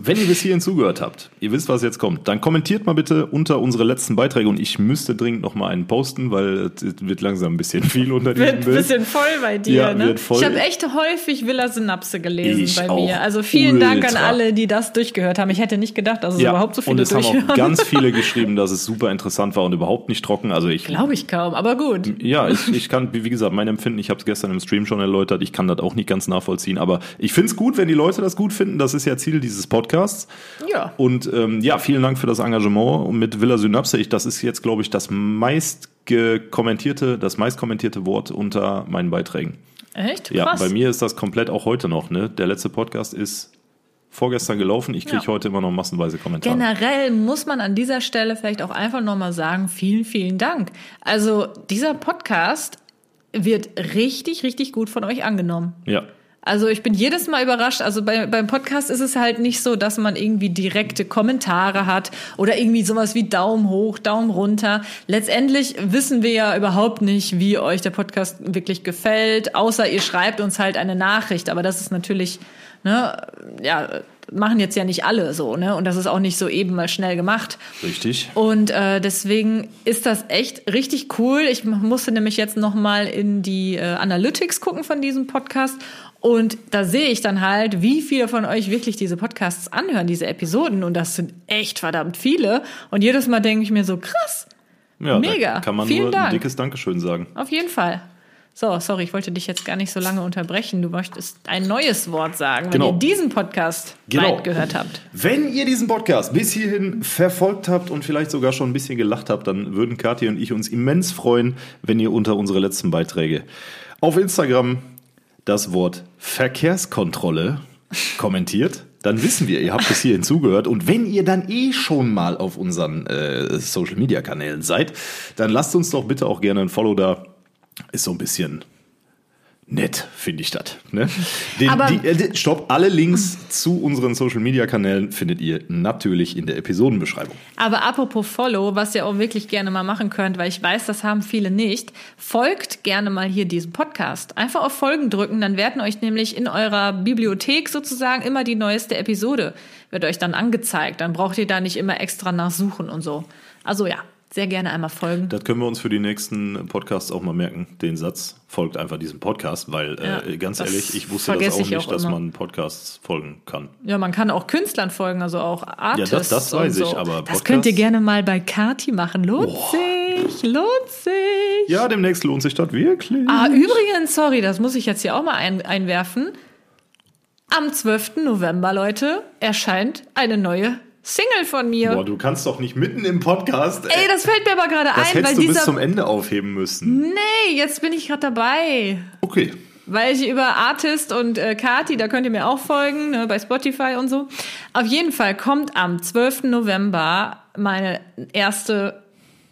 Speaker 3: Wenn ihr bis hierhin zugehört habt, ihr wisst, was jetzt kommt, dann kommentiert mal bitte unter unsere letzten Beiträge und ich müsste dringend noch mal einen posten, weil es wird langsam ein bisschen viel unter
Speaker 2: Wird ein
Speaker 3: diesem Bild.
Speaker 2: bisschen voll bei dir,
Speaker 3: Ja,
Speaker 2: ne?
Speaker 3: wird voll.
Speaker 2: Ich habe echt häufig Villa Synapse gelesen
Speaker 3: Ich
Speaker 2: bei
Speaker 3: auch.
Speaker 2: mir. Also vielen Dank an
Speaker 3: Ultra.
Speaker 2: alle, die das durchgehört haben. Ich hätte nicht gedacht, dass es
Speaker 3: Ja,
Speaker 2: überhaupt so viele
Speaker 3: und es haben
Speaker 2: durchhören.
Speaker 3: auch ganz viele geschrieben, dass es super interessant war und überhaupt nicht trocken. Also ich,
Speaker 2: Glaube ich kaum, aber gut.
Speaker 3: ja, ich, ich kann, wie wie gesagt, mein Empfinden, ich habe es gestern im Stream schon erläutert, ich kann das auch nicht ganz nachvollziehen, aber ich find's gut, wenn die Leute das gut finden, das ist ja Ziel dieses Podcasts.
Speaker 2: Ja.
Speaker 3: Und ähm, ja, vielen Dank für das Engagement Und mit Villa Synapse. Ich, das ist jetzt, glaube ich, das meist kommentierte, das meist kommentierte Wort unter meinen Beiträgen.
Speaker 2: Echt?
Speaker 3: Ja,
Speaker 2: Krass.
Speaker 3: bei mir ist das komplett auch heute noch. Ne? Der letzte Podcast ist vorgestern gelaufen. Ich kriege
Speaker 2: Ja. Genau.
Speaker 3: heute immer noch massenweise Kommentare.
Speaker 2: Generell muss man an dieser Stelle vielleicht auch einfach nochmal sagen, vielen, vielen Dank. Also dieser Podcast wird richtig, richtig gut von euch angenommen.
Speaker 3: Ja.
Speaker 2: Also ich bin jedes Mal überrascht. Also bei, beim Podcast ist es halt nicht so, dass man irgendwie direkte Kommentare hat oder irgendwie sowas wie Daumen hoch, Daumen runter. Letztendlich wissen wir ja überhaupt nicht, wie euch der Podcast wirklich gefällt, außer ihr schreibt uns halt eine Nachricht. Aber das ist natürlich, ne, ja, machen jetzt ja nicht alle so, ne? Und das ist auch nicht so eben mal schnell gemacht.
Speaker 3: Richtig.
Speaker 2: Und äh, deswegen ist das echt richtig cool. Ich m- musste nämlich jetzt noch mal in die äh, Analytics gucken von diesem Podcast und da sehe ich dann halt, wie viele von euch wirklich diese Podcasts anhören, diese Episoden und das sind echt verdammt viele und jedes Mal denke ich mir so krass,
Speaker 3: Ja,
Speaker 2: Mega.
Speaker 3: Da kann man
Speaker 2: Vielen
Speaker 3: nur
Speaker 2: Dank.
Speaker 3: ein dickes Dankeschön sagen.
Speaker 2: auf jeden Fall. So, sorry, ich wollte dich jetzt gar nicht so lange unterbrechen. Du möchtest ein neues Wort sagen, wenn
Speaker 3: Genau.
Speaker 2: ihr diesen Podcast
Speaker 3: Genau.
Speaker 2: weit gehört habt.
Speaker 3: Wenn ihr diesen Podcast bis hierhin verfolgt habt und vielleicht sogar schon ein bisschen gelacht habt, dann würden Kathi und ich uns immens freuen, wenn ihr unter unsere letzten Beiträge auf Instagram das Wort Verkehrskontrolle kommentiert. Dann wissen wir, ihr habt bis hierhin zugehört. Und wenn ihr dann eh schon mal auf unseren äh, Social-Media-Kanälen seid, dann lasst uns doch bitte auch gerne ein Follow da. Ist so ein bisschen nett, finde ich das. Ne? Den,
Speaker 2: Aber-
Speaker 3: die, äh, die- stopp, alle Links zu unseren Social-Media-Kanälen findet ihr natürlich in der Episodenbeschreibung.
Speaker 2: Aber apropos Follow, was ihr auch wirklich gerne mal machen könnt, weil ich weiß, das haben viele nicht, folgt gerne mal hier diesem Podcast. Einfach auf Folgen drücken, dann werden euch nämlich in eurer Bibliothek sozusagen immer die neueste Episode, wird euch dann angezeigt. Dann braucht ihr da nicht immer extra nachsuchen und so. Also ja, sehr gerne einmal folgen.
Speaker 3: Das können wir uns für die nächsten Podcasts auch mal merken. Den Satz folgt einfach diesem Podcast, weil
Speaker 2: Ja,
Speaker 3: äh, ganz
Speaker 2: das
Speaker 3: ehrlich, ich wusste das
Speaker 2: vergesse
Speaker 3: auch
Speaker 2: ich
Speaker 3: nicht,
Speaker 2: auch
Speaker 3: dass
Speaker 2: immer.
Speaker 3: man Podcasts folgen kann.
Speaker 2: Ja, man kann auch Künstlern folgen, also auch Artists.
Speaker 3: das- das weiß
Speaker 2: und
Speaker 3: ich,
Speaker 2: so.
Speaker 3: aber
Speaker 2: Das
Speaker 3: Podcast-
Speaker 2: könnt ihr gerne mal bei Kati machen. Lohnt sich, lohnt sich.
Speaker 3: Ja, demnächst lohnt sich das wirklich.
Speaker 2: Ah, übrigens, sorry, das muss ich jetzt hier auch mal ein, einwerfen. Am 12. November, Leute, erscheint eine neue Single von mir.
Speaker 3: Boah, du kannst doch nicht mitten im Podcast. Ey,
Speaker 2: Ey, das fällt mir aber gerade
Speaker 3: das
Speaker 2: ein, weil
Speaker 3: hättest du bis
Speaker 2: dieser. Hm.
Speaker 3: zum Ende aufheben müssen.
Speaker 2: Nee, jetzt bin ich gerade dabei.
Speaker 3: Okay.
Speaker 2: Weil ich über Artist und äh, Kati, da könnt ihr mir auch folgen, ne, bei Spotify und so. Auf jeden Fall kommt am 12. November meine erste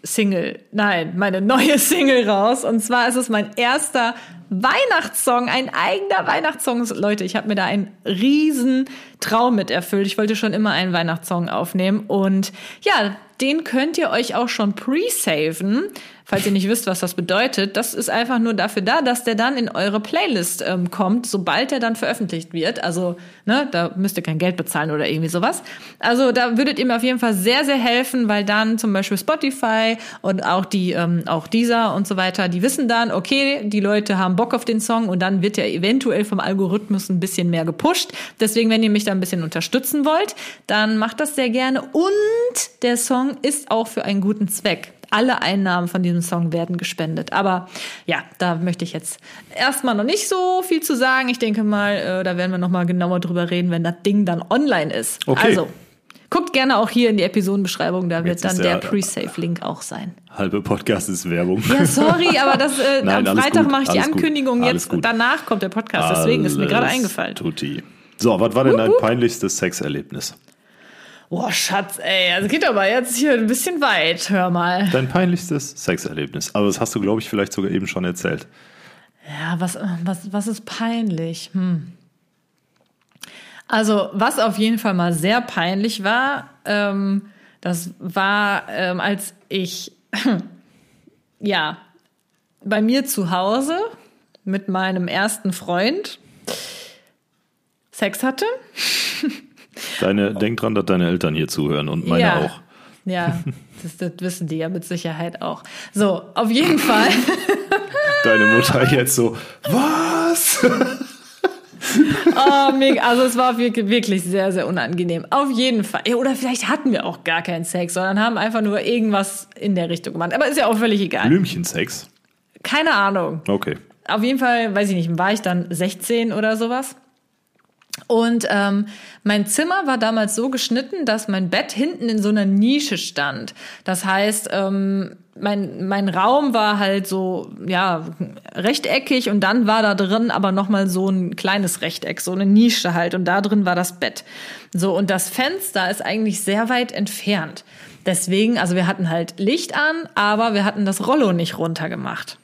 Speaker 2: Single, nein, meine neue Single raus. Und zwar ist es mein erster Weihnachtssong, ein eigener Weihnachtssong. Leute, ich habe mir da einen riesen Traum mit erfüllt. Ich wollte schon immer einen Weihnachtssong aufnehmen. Und ja, den könnt ihr euch auch schon pre-saven. Falls ihr nicht wisst, was das bedeutet, das ist einfach nur dafür da, dass der dann in eure Playlist ähm, kommt, sobald er dann veröffentlicht wird. Also, ne, da müsst ihr kein Geld bezahlen oder irgendwie sowas. Also, da würdet ihr mir auf jeden Fall sehr, sehr helfen, weil dann zum Beispiel Spotify und auch die, ähm, auch dieser und so weiter, die wissen dann, okay, die Leute haben Bock auf den Song und dann wird er eventuell vom Algorithmus ein bisschen mehr gepusht. Deswegen, wenn ihr mich da ein bisschen unterstützen wollt, dann macht das sehr gerne. Und der Song ist auch für einen guten Zweck. Alle Einnahmen von diesem Song werden gespendet. Aber ja, da möchte ich jetzt erstmal noch nicht so viel zu sagen. Ich denke mal, äh, da werden wir nochmal genauer drüber reden, wenn das Ding dann online ist.
Speaker 3: Okay.
Speaker 2: Also, guckt gerne auch hier in die Episodenbeschreibung, da wird
Speaker 3: Jetzt ist
Speaker 2: dann der
Speaker 3: der-
Speaker 2: Pre-Save-Link auch sein.
Speaker 3: Halbe Podcast ist Werbung.
Speaker 2: Ja, sorry, aber das, äh,
Speaker 3: Nein,
Speaker 2: am
Speaker 3: alles
Speaker 2: Freitag
Speaker 3: gut,
Speaker 2: mache ich die
Speaker 3: alles gut,
Speaker 2: Ankündigung.
Speaker 3: alles
Speaker 2: Jetzt
Speaker 3: gut.
Speaker 2: danach kommt der Podcast. Deswegen ist mir gerade
Speaker 3: Alles
Speaker 2: eingefallen.
Speaker 3: Tutti. So, was war denn dein peinlichstes Sexerlebnis?
Speaker 2: Boah, Schatz, ey, also geht aber jetzt hier ein bisschen weit, hör mal.
Speaker 3: Dein peinlichstes Sexerlebnis. Aber das hast du, glaube ich, vielleicht sogar eben schon erzählt.
Speaker 2: Ja, was, was, was ist peinlich? Hm. Also, was auf jeden Fall mal sehr peinlich war, ähm, das war, ähm, als ich, ja, bei mir zu Hause mit meinem ersten Freund Sex hatte.
Speaker 3: Deine, denk dran, dass deine Eltern hier zuhören und meine
Speaker 2: ja.
Speaker 3: auch.
Speaker 2: Ja, das, das wissen die ja mit Sicherheit auch. So, auf jeden Fall.
Speaker 3: Deine Mutter jetzt so, was?
Speaker 2: Oh, mega. Also es war wirk- wirklich sehr, sehr unangenehm. Auf jeden Fall. Ja, Oder vielleicht hatten wir auch gar keinen Sex, sondern haben einfach nur irgendwas in der Richtung gemacht. Aber ist ja auch völlig egal.
Speaker 3: Blümchensex.
Speaker 2: Keine Ahnung.
Speaker 3: Okay.
Speaker 2: Auf jeden Fall, weiß ich nicht, war ich dann 16 oder sowas. Und ähm, mein Zimmer war damals so geschnitten, dass mein Bett hinten in so einer Nische stand. Das heißt, ähm, mein, mein Raum war halt so, ja, rechteckig und dann war da drin aber nochmal so ein kleines Rechteck, so eine Nische halt. Und da drin war das Bett. So, und das Fenster ist eigentlich sehr weit entfernt. Deswegen, also wir hatten halt Licht an, aber wir hatten das Rollo nicht runtergemacht.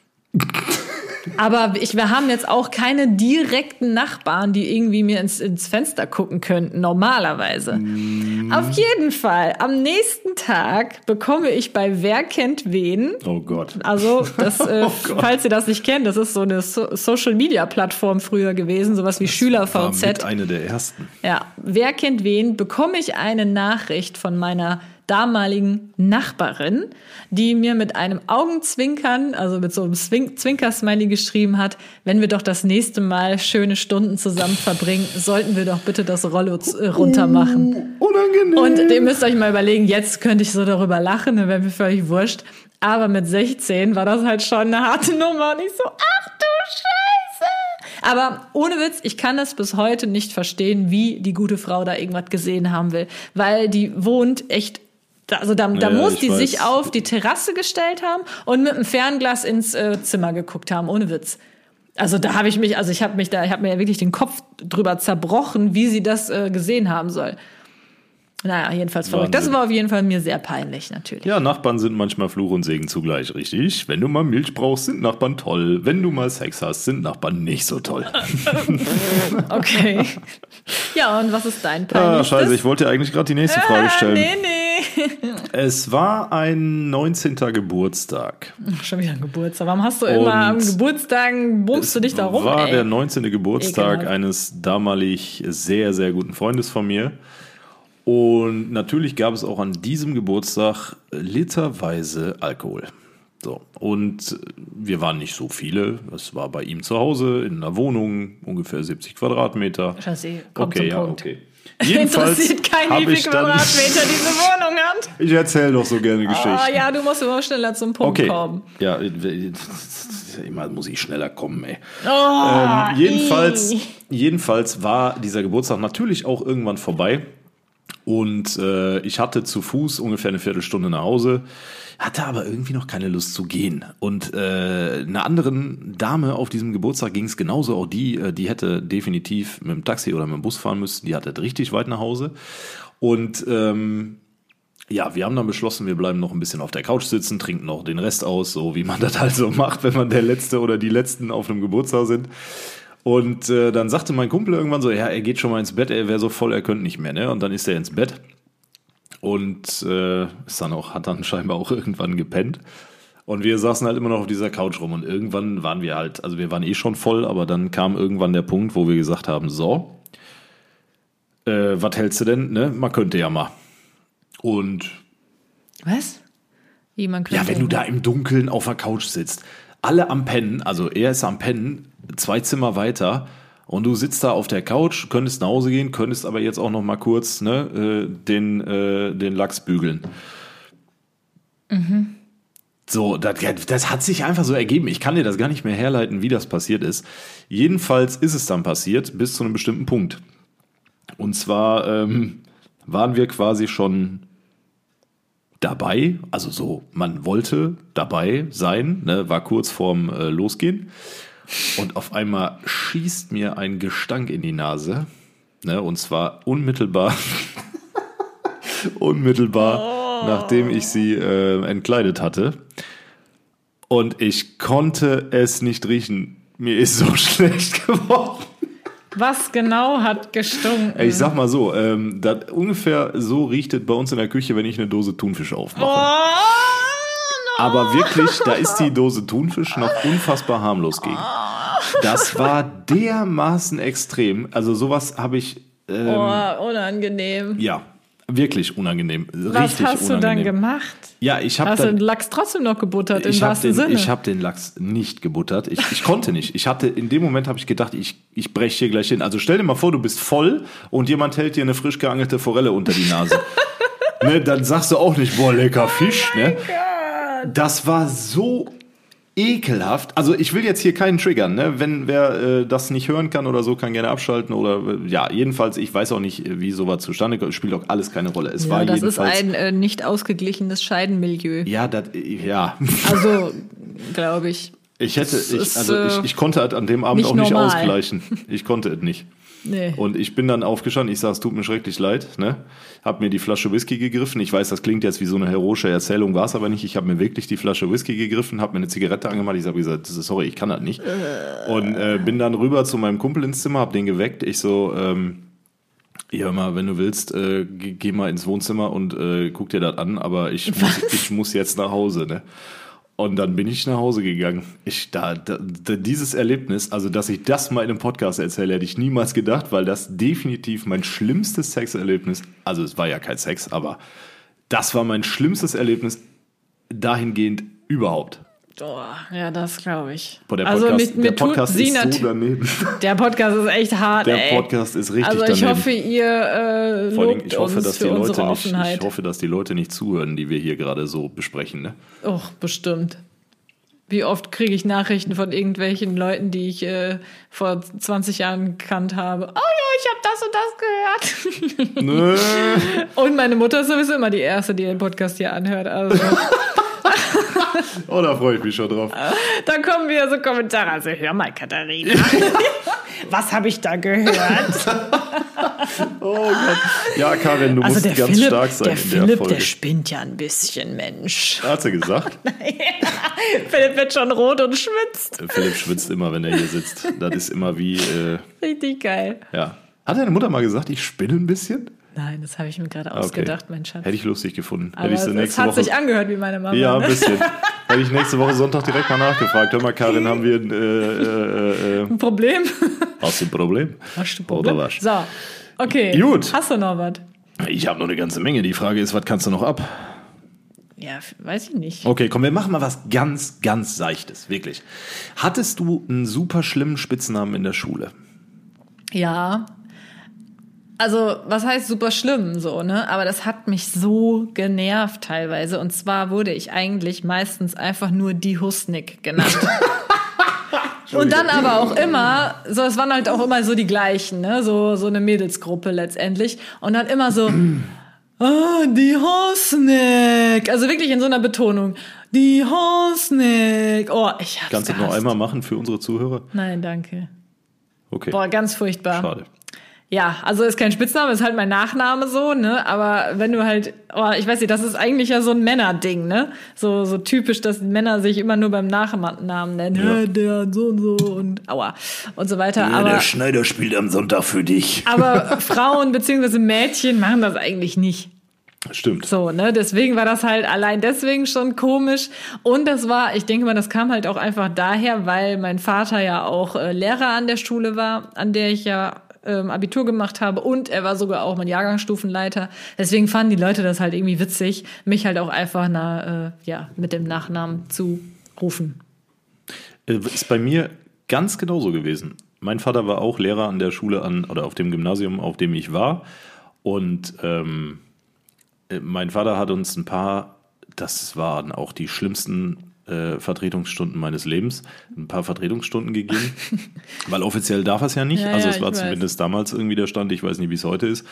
Speaker 2: Aber ich, wir haben jetzt auch keine direkten Nachbarn, die irgendwie mir ins, ins Fenster gucken könnten, normalerweise.
Speaker 3: Mhm.
Speaker 2: Auf jeden Fall, am nächsten Tag bekomme ich bei Wer kennt wen
Speaker 3: Oh Gott.
Speaker 2: also, das, äh,
Speaker 3: Oh Gott.
Speaker 2: falls ihr das nicht kennt, das ist so eine so Social-Media-Plattform früher gewesen, sowas wie
Speaker 3: War mit
Speaker 2: SchülerVZ.
Speaker 3: eine der ersten.
Speaker 2: Ja, wer kennt wen, bekomme ich eine Nachricht von meiner damaligen Nachbarin, die mir mit einem Augenzwinkern, also mit so einem Zwink Zwinkersmiley geschrieben hat, wenn wir doch das nächste Mal schöne Stunden zusammen verbringen, sollten wir doch bitte das Rollo z- äh, runter machen.
Speaker 3: Unangenehm.
Speaker 2: Und ihr müsst euch mal überlegen, jetzt könnte ich so darüber lachen, dann wäre mir völlig wurscht. Aber mit 16 war das halt schon eine harte Nummer und ich so, ach du Scheiße. Aber ohne Witz, ich kann das bis heute nicht verstehen, wie die gute Frau da irgendwas gesehen haben will. Weil die wohnt echt, da- also da, da
Speaker 3: Ja,
Speaker 2: muss
Speaker 3: ich
Speaker 2: die sich
Speaker 3: weiß.
Speaker 2: auf die Terrasse gestellt haben und mit einem Fernglas ins äh, Zimmer geguckt haben, ohne Witz. Also da habe ich mich, also ich habe mich da, ich habe mir ja wirklich den Kopf drüber zerbrochen, wie sie das äh, gesehen haben soll. Naja, jedenfalls verrückt. Das
Speaker 3: Wahnsinn.
Speaker 2: war auf jeden Fall mir sehr peinlich, natürlich.
Speaker 3: Ja, Nachbarn sind manchmal Fluch und Segen zugleich, richtig? Wenn du mal Milch brauchst, sind Nachbarn toll. Wenn du mal Sex hast, sind Nachbarn nicht so toll.
Speaker 2: Okay. ja, und was ist dein
Speaker 3: Ah,
Speaker 2: peinlichstes?
Speaker 3: scheiße, ich wollte eigentlich gerade die nächste Frage
Speaker 2: ah,
Speaker 3: stellen.
Speaker 2: nee, nee.
Speaker 3: Es war ein 19. Geburtstag.
Speaker 2: Schon wieder ein Geburtstag. Warum hast du immer am
Speaker 3: Und
Speaker 2: Geburtstag, bummst du dich da rum,
Speaker 3: war
Speaker 2: ey?
Speaker 3: der 19. Geburtstag
Speaker 2: Ekelhaft.
Speaker 3: eines damalig sehr, sehr guten Freundes von mir. Und natürlich gab es auch an diesem Geburtstag literweise Alkohol. So, und wir waren nicht so viele. Es war bei ihm zu Hause in einer Wohnung, ungefähr 70 Quadratmeter.
Speaker 2: Scheiße, komm
Speaker 3: okay,
Speaker 2: zum
Speaker 3: ja,
Speaker 2: Punkt.
Speaker 3: okay.
Speaker 2: Interessiert kein,
Speaker 3: hab
Speaker 2: wie viel
Speaker 3: ich dann-
Speaker 2: Quadratmeter diese Wohnung hat.
Speaker 3: Ich erzähle doch so gerne Geschichten.
Speaker 2: Oh ja, du musst immer schneller zum Punkt
Speaker 3: Okay.
Speaker 2: kommen.
Speaker 3: Ja, immer muss ich schneller kommen, ey.
Speaker 2: Oh,
Speaker 3: Ähm, jedenfalls,
Speaker 2: ih.
Speaker 3: jedenfalls war dieser Geburtstag natürlich auch irgendwann vorbei. Und äh, ich hatte zu Fuß ungefähr eine Viertelstunde nach Hause, hatte aber irgendwie noch keine Lust zu gehen. Und äh, einer anderen Dame auf diesem Geburtstag ging es genauso. Auch die, äh, die hätte definitiv mit dem Taxi oder mit dem Bus fahren müssen. Die hatte richtig weit nach Hause. Und ähm, ja, wir haben dann beschlossen, wir bleiben noch ein bisschen auf der Couch sitzen, trinken noch den Rest aus, so wie man das halt so macht, wenn man der Letzte oder die Letzten auf einem Geburtstag sind. Und äh, dann sagte mein Kumpel irgendwann so, ja, er geht schon mal ins Bett, er wäre so voll, er könnte nicht mehr, ne? Und dann ist er ins Bett und äh, ist dann auch, hat dann scheinbar auch irgendwann gepennt. Und wir saßen halt immer noch auf dieser Couch rum und irgendwann waren wir halt, also wir waren eh schon voll, aber dann kam irgendwann der Punkt, wo wir gesagt haben, so, äh, was hältst du denn, ne? Man könnte ja mal. Und
Speaker 2: Was? Wie, man
Speaker 3: ja,
Speaker 2: könnte
Speaker 3: wenn du da im Dunkeln auf der Couch sitzt, alle am Pennen, also er ist am Pennen, zwei Zimmer weiter und du sitzt da auf der Couch, könntest nach Hause gehen, könntest aber jetzt auch noch mal kurz ne, äh, den, äh, den Lachs bügeln. So, das, das hat sich einfach so ergeben. Ich kann dir das gar nicht mehr herleiten, wie das passiert ist. Jedenfalls ist es dann passiert, bis zu einem bestimmten Punkt. Und zwar ähm, waren wir quasi schon dabei, also so, man wollte dabei sein, ne, war kurz vorm äh, Losgehen. Und auf einmal schießt mir ein Gestank in die Nase. Ne, und zwar unmittelbar, unmittelbar, nachdem ich sie äh, entkleidet hatte. Und ich konnte es nicht riechen. Mir ist so schlecht geworden.
Speaker 2: Was genau hat gestunken?
Speaker 3: Ich sag mal so, ähm, das ungefähr so riecht es bei uns in der Küche, wenn ich eine Dose Thunfisch aufmache.
Speaker 2: oh, no.
Speaker 3: Aber wirklich, da ist die Dose Thunfisch noch unfassbar harmlos gegen. Das war dermaßen extrem. Also sowas habe ich, äh,
Speaker 2: oh, unangenehm.
Speaker 3: ja, wirklich unangenehm. Richtig
Speaker 2: Was hast du dann
Speaker 3: unangenehm.
Speaker 2: gemacht?
Speaker 3: Ja, ich habe
Speaker 2: Hast du den
Speaker 3: dann...
Speaker 2: Lachs trotzdem noch gebuttert, im
Speaker 3: Ich habe
Speaker 2: wahrsten
Speaker 3: den,
Speaker 2: Sinne?
Speaker 3: ich hab den Lachs nicht gebuttert. Ich, ich konnte nicht. Ich hatte in dem Moment habe ich gedacht, ich, ich breche hier gleich hin. Also stell dir mal vor, du bist voll und jemand hält dir eine frisch geangelte Forelle unter die Nase. ne, dann sagst du auch nicht, boah, lecker Fisch.
Speaker 2: Oh
Speaker 3: ne? Das war so ekelhaft. Also ich will jetzt hier keinen triggern, ne? Wenn wer äh, das nicht hören kann oder so, kann gerne abschalten oder äh, ja, jedenfalls, ich weiß auch nicht, äh, wie sowas zustande kommt. Spielt auch alles keine Rolle. Es war
Speaker 2: ja, das ist
Speaker 3: jedenfalls.
Speaker 2: ein äh, nicht ausgeglichenes Scheidenmilieu.
Speaker 3: ja, das, äh, ja.
Speaker 2: Also, glaube ich.
Speaker 3: Ich hätte, ich,
Speaker 2: ist,
Speaker 3: also
Speaker 2: äh,
Speaker 3: ich, ich konnte halt an dem Abend
Speaker 2: nicht
Speaker 3: auch nicht
Speaker 2: normal.
Speaker 3: ausgleichen. Ich konnte es nicht.
Speaker 2: Nee.
Speaker 3: Und ich bin dann aufgestanden, ich sage, es tut mir schrecklich leid, ne? Hab mir die Flasche Whisky gegriffen. Ich weiß, das klingt jetzt wie so eine heroische Erzählung, war es aber nicht. Ich habe mir wirklich die Flasche Whisky gegriffen, habe mir eine Zigarette angemacht. Ich habe gesagt, das ist- sorry, ich kann das nicht. Und äh, bin dann rüber zu meinem Kumpel ins Zimmer, hab den geweckt. Ich so, ähm, ja, hör mal, wenn du willst, äh, geh geh mal ins Wohnzimmer und äh, guck dir das an, aber ich muss, ich muss jetzt nach Hause, ne? Und dann bin ich nach Hause gegangen. Ich, da, da, da, dieses Erlebnis, also dass ich das mal in einem Podcast erzähle, hätte ich niemals gedacht, weil das definitiv mein schlimmstes Sexerlebnis, also es war ja kein Sex, aber das war mein schlimmstes Erlebnis dahingehend überhaupt.
Speaker 2: Oh, ja, das glaube ich.
Speaker 3: Boah, der
Speaker 2: also
Speaker 3: Podcast,
Speaker 2: mit, mit
Speaker 3: der Podcast
Speaker 2: tut sie
Speaker 3: ist so
Speaker 2: natürlich.
Speaker 3: daneben.
Speaker 2: der Podcast ist echt hart,
Speaker 3: Der
Speaker 2: ey.
Speaker 3: Podcast ist richtig
Speaker 2: Also ich
Speaker 3: daneben.
Speaker 2: hoffe, ihr äh,
Speaker 3: Vor allen
Speaker 2: lobt
Speaker 3: Dingen, ich hoffe,
Speaker 2: uns
Speaker 3: dass die
Speaker 2: für unsere
Speaker 3: Leute nicht,
Speaker 2: Offenheit.
Speaker 3: ich hoffe, dass die Leute nicht zuhören, die wir hier gerade so besprechen. Ne?
Speaker 2: Och, bestimmt. Wie oft kriege ich Nachrichten von irgendwelchen Leuten, die ich äh, vor 20 Jahren gekannt habe? Oh ja, ich habe das und das gehört.
Speaker 3: Nö.
Speaker 2: und meine Mutter ist sowieso immer die Erste, die den Podcast hier anhört. Also
Speaker 3: Oh, da freue ich mich schon drauf.
Speaker 2: da kommen wieder so Kommentare. Also hör mal, Katharina. Was habe ich da gehört?
Speaker 3: Oh Gott. Ja, Karin, du
Speaker 2: Also
Speaker 3: musst
Speaker 2: der
Speaker 3: ganz
Speaker 2: Philipp,
Speaker 3: stark sein
Speaker 2: der,
Speaker 3: in der
Speaker 2: Philipp
Speaker 3: Folge.
Speaker 2: der spinnt ja ein bisschen, Mensch.
Speaker 3: Hat sie gesagt.
Speaker 2: Philipp wird schon rot und schwitzt.
Speaker 3: Philipp schwitzt immer, wenn er hier sitzt. Das ist immer wie, äh,
Speaker 2: Richtig geil.
Speaker 3: ja. Hat deine Mutter mal gesagt, ich spinne ein bisschen?
Speaker 2: Nein, das habe ich mir gerade
Speaker 3: Okay.
Speaker 2: ausgedacht, mein Schatz.
Speaker 3: Hätte ich lustig gefunden.
Speaker 2: Aber
Speaker 3: Hätte ich sie
Speaker 2: es- es
Speaker 3: nächste
Speaker 2: hat
Speaker 3: Woche.
Speaker 2: sich angehört wie meine Mama.
Speaker 3: ja, ein
Speaker 2: ne?
Speaker 3: bisschen. Hätte ich nächste Woche Sonntag direkt mal nachgefragt. Hör mal, Karin, haben wir ein, äh, äh, äh,
Speaker 2: Ein Problem.
Speaker 3: hast du ein Problem?
Speaker 2: Hast du ein
Speaker 3: Oder
Speaker 2: Problem?
Speaker 3: was?
Speaker 2: So, okay.
Speaker 3: Gut.
Speaker 2: Hast du noch was?
Speaker 3: Ich habe noch eine ganze Menge. Die Frage ist, was kannst du noch ab?
Speaker 2: Ja, f- weiß ich nicht.
Speaker 3: Okay, komm, wir machen mal was ganz, ganz Seichtes, wirklich. Hattest du einen super schlimmen Spitznamen in der Schule?
Speaker 2: Ja. Also, was heißt super schlimm so, ne? Aber das hat mich so genervt teilweise. Und zwar wurde ich eigentlich meistens einfach nur die Husnik genannt. Und dann aber auch immer, so, es waren halt auch immer so die gleichen, ne? So, so eine Mädelsgruppe letztendlich. Und dann immer so, ah, die Hosnick. Also wirklich in so einer Betonung. Die Hosnick. Oh, ich hab's
Speaker 3: Kannst du das noch
Speaker 2: gehasst.
Speaker 3: genau, einmal machen für unsere Zuhörer?
Speaker 2: Nein, danke.
Speaker 3: Okay.
Speaker 2: Boah, ganz furchtbar.
Speaker 3: Schade.
Speaker 2: Ja, also ist kein Spitzname, ist halt mein Nachname so, ne? Aber wenn du halt, oh, ich weiß nicht, das ist eigentlich ja so ein Männerding, ne? So, so typisch, dass Männer sich immer nur beim Nachnamen nennen. Ja. Der so und so und aua und so weiter. aber,
Speaker 3: Schneider spielt am Sonntag für dich.
Speaker 2: aber Frauen beziehungsweise Mädchen machen das eigentlich nicht.
Speaker 3: Stimmt.
Speaker 2: So, ne? Deswegen war das halt allein deswegen schon komisch. Und das war, ich denke mal, das kam halt auch einfach daher, weil mein Vater ja auch äh, Lehrer an der Schule war, an der ich ja ähm, Abitur gemacht habe und er war sogar auch mein Jahrgangsstufenleiter. Deswegen fanden die Leute das halt irgendwie witzig, mich halt auch einfach na, äh, ja, mit dem Nachnamen zu rufen.
Speaker 3: Äh, Ist bei mir ganz genauso gewesen. Mein Vater war auch Lehrer an der Schule an oder auf dem Gymnasium, auf dem ich war. Und ähm, äh, mein Vater hat uns ein paar, das waren auch die schlimmsten äh, Vertretungsstunden meines Lebens, ein paar Vertretungsstunden gegeben. weil offiziell darf er es ja nicht.
Speaker 2: Ja,
Speaker 3: also
Speaker 2: ja,
Speaker 3: es war
Speaker 2: ich weiß.
Speaker 3: zumindest damals irgendwie der Stand, ich weiß nicht, wie es heute ist.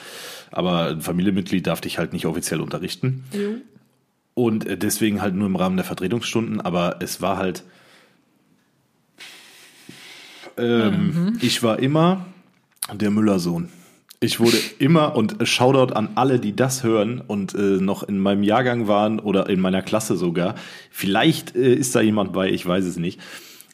Speaker 3: Aber ein Familienmitglied darf dich halt nicht offiziell unterrichten. Und äh, deswegen halt nur im Rahmen der Vertretungsstunden, aber es war halt. Ähm,
Speaker 2: Mhm.
Speaker 3: Ich war immer der Müllersohn. Ich wurde immer, und Shoutout an alle, die das hören und äh, noch in meinem Jahrgang waren oder in meiner Klasse sogar. Vielleicht äh, ist da jemand bei, ich weiß es nicht.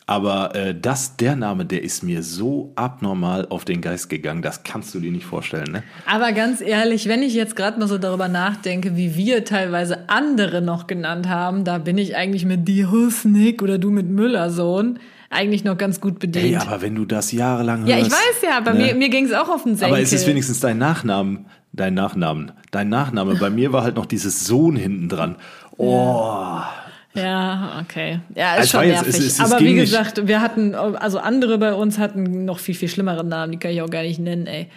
Speaker 3: Aber äh, das, der Name, der ist mir so abnormal auf den Geist gegangen, das kannst du dir nicht vorstellen, ne?
Speaker 2: Aber ganz ehrlich, wenn ich jetzt gerade mal so darüber nachdenke, wie wir teilweise andere noch genannt haben, da bin ich eigentlich mit die Husnick oder du mit Müllersohn eigentlich noch ganz gut bedient.
Speaker 3: Ey, aber wenn du das jahrelang
Speaker 2: ja,
Speaker 3: hörst.
Speaker 2: ich weiß ja, aber
Speaker 3: ne?
Speaker 2: mir, mir ging es auch auf den Senkel.
Speaker 3: Aber es ist wenigstens dein Nachnamen, dein Nachnamen, dein Nachname. Bei mir war halt noch dieses Sohn hinten dran. Oh,
Speaker 2: Ja, okay. Ja, ist
Speaker 3: Es war
Speaker 2: schon
Speaker 3: jetzt- es-
Speaker 2: nervig.
Speaker 3: es- es
Speaker 2: aber
Speaker 3: ging
Speaker 2: wie
Speaker 3: nicht.
Speaker 2: gesagt, wir hatten, also andere bei uns hatten noch viel, viel schlimmere Namen, die kann ich auch gar nicht nennen, ey.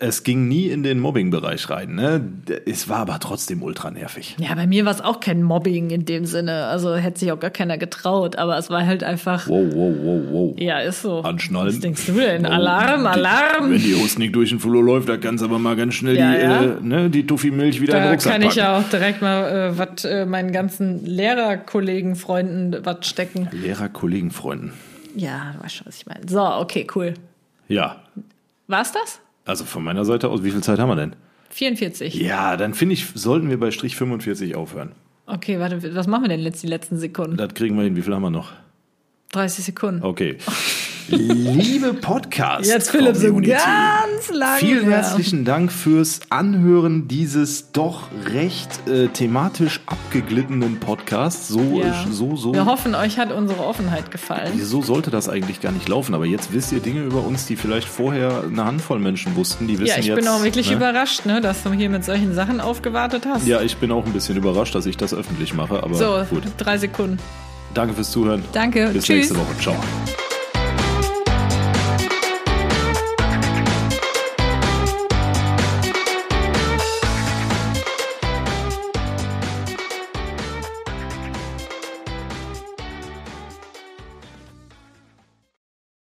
Speaker 3: es ging nie in den Mobbing-Bereich rein. Ne? Es war aber trotzdem ultra nervig.
Speaker 2: Ja, bei mir war es auch kein Mobbing in dem Sinne. Also hätte sich auch gar keiner getraut, aber es war halt einfach.
Speaker 3: Wow, wow, wow, wow.
Speaker 2: Ja, ist so.
Speaker 3: Anschnallen.
Speaker 2: Was denkst du denn?
Speaker 3: Wow.
Speaker 2: Alarm,
Speaker 3: Die-
Speaker 2: Alarm.
Speaker 3: Wenn die Hustnick durch den Flur läuft, da kannst du aber mal ganz schnell
Speaker 2: Ja,
Speaker 3: die,
Speaker 2: ja.
Speaker 3: Äh, ne, die Tuffy-Milch wieder in den
Speaker 2: Da
Speaker 3: Rucksack
Speaker 2: kann ich
Speaker 3: packen.
Speaker 2: ja auch direkt mal äh, was äh, meinen ganzen Lehrerkollegen, Freunden was stecken.
Speaker 3: Lehrer, Kollegen, Freunden.
Speaker 2: Ja, du weißt schon, was ich meine. So, okay, cool.
Speaker 3: Ja,
Speaker 2: War's das?
Speaker 3: Also von meiner Seite aus, wie viel Zeit haben wir denn?
Speaker 2: 44.
Speaker 3: Ja, dann finde ich, sollten wir bei Strich 45 aufhören.
Speaker 2: Okay, warte, was machen wir denn jetzt die letzten Sekunden?
Speaker 3: Das kriegen wir hin. Wie viel haben wir noch?
Speaker 2: 30 Sekunden.
Speaker 3: Okay. Liebe Podcast.
Speaker 2: Jetzt Philipp so
Speaker 3: Community.
Speaker 2: ganz langsam.
Speaker 3: Vielen herzlichen Dank fürs Anhören dieses doch recht äh, thematisch abgeglittenen Podcasts. So,
Speaker 2: Ja.
Speaker 3: ist- so, so.
Speaker 2: Wir hoffen, euch hat unsere Offenheit gefallen.
Speaker 3: So sollte das eigentlich gar nicht laufen, aber jetzt wisst ihr Dinge über uns, die vielleicht vorher eine Handvoll Menschen wussten. Die wissen
Speaker 2: Ja, ich
Speaker 3: jetzt,
Speaker 2: bin auch wirklich
Speaker 3: ne?
Speaker 2: überrascht, ne, dass du hier mit solchen Sachen aufgewartet hast.
Speaker 3: Ja, ich bin auch ein bisschen überrascht, dass ich das öffentlich mache, aber
Speaker 2: So,
Speaker 3: gut.
Speaker 2: drei Sekunden.
Speaker 3: Danke fürs Zuhören.
Speaker 2: Danke,
Speaker 3: Bis
Speaker 2: tschüss.
Speaker 3: nächste Woche. Ciao.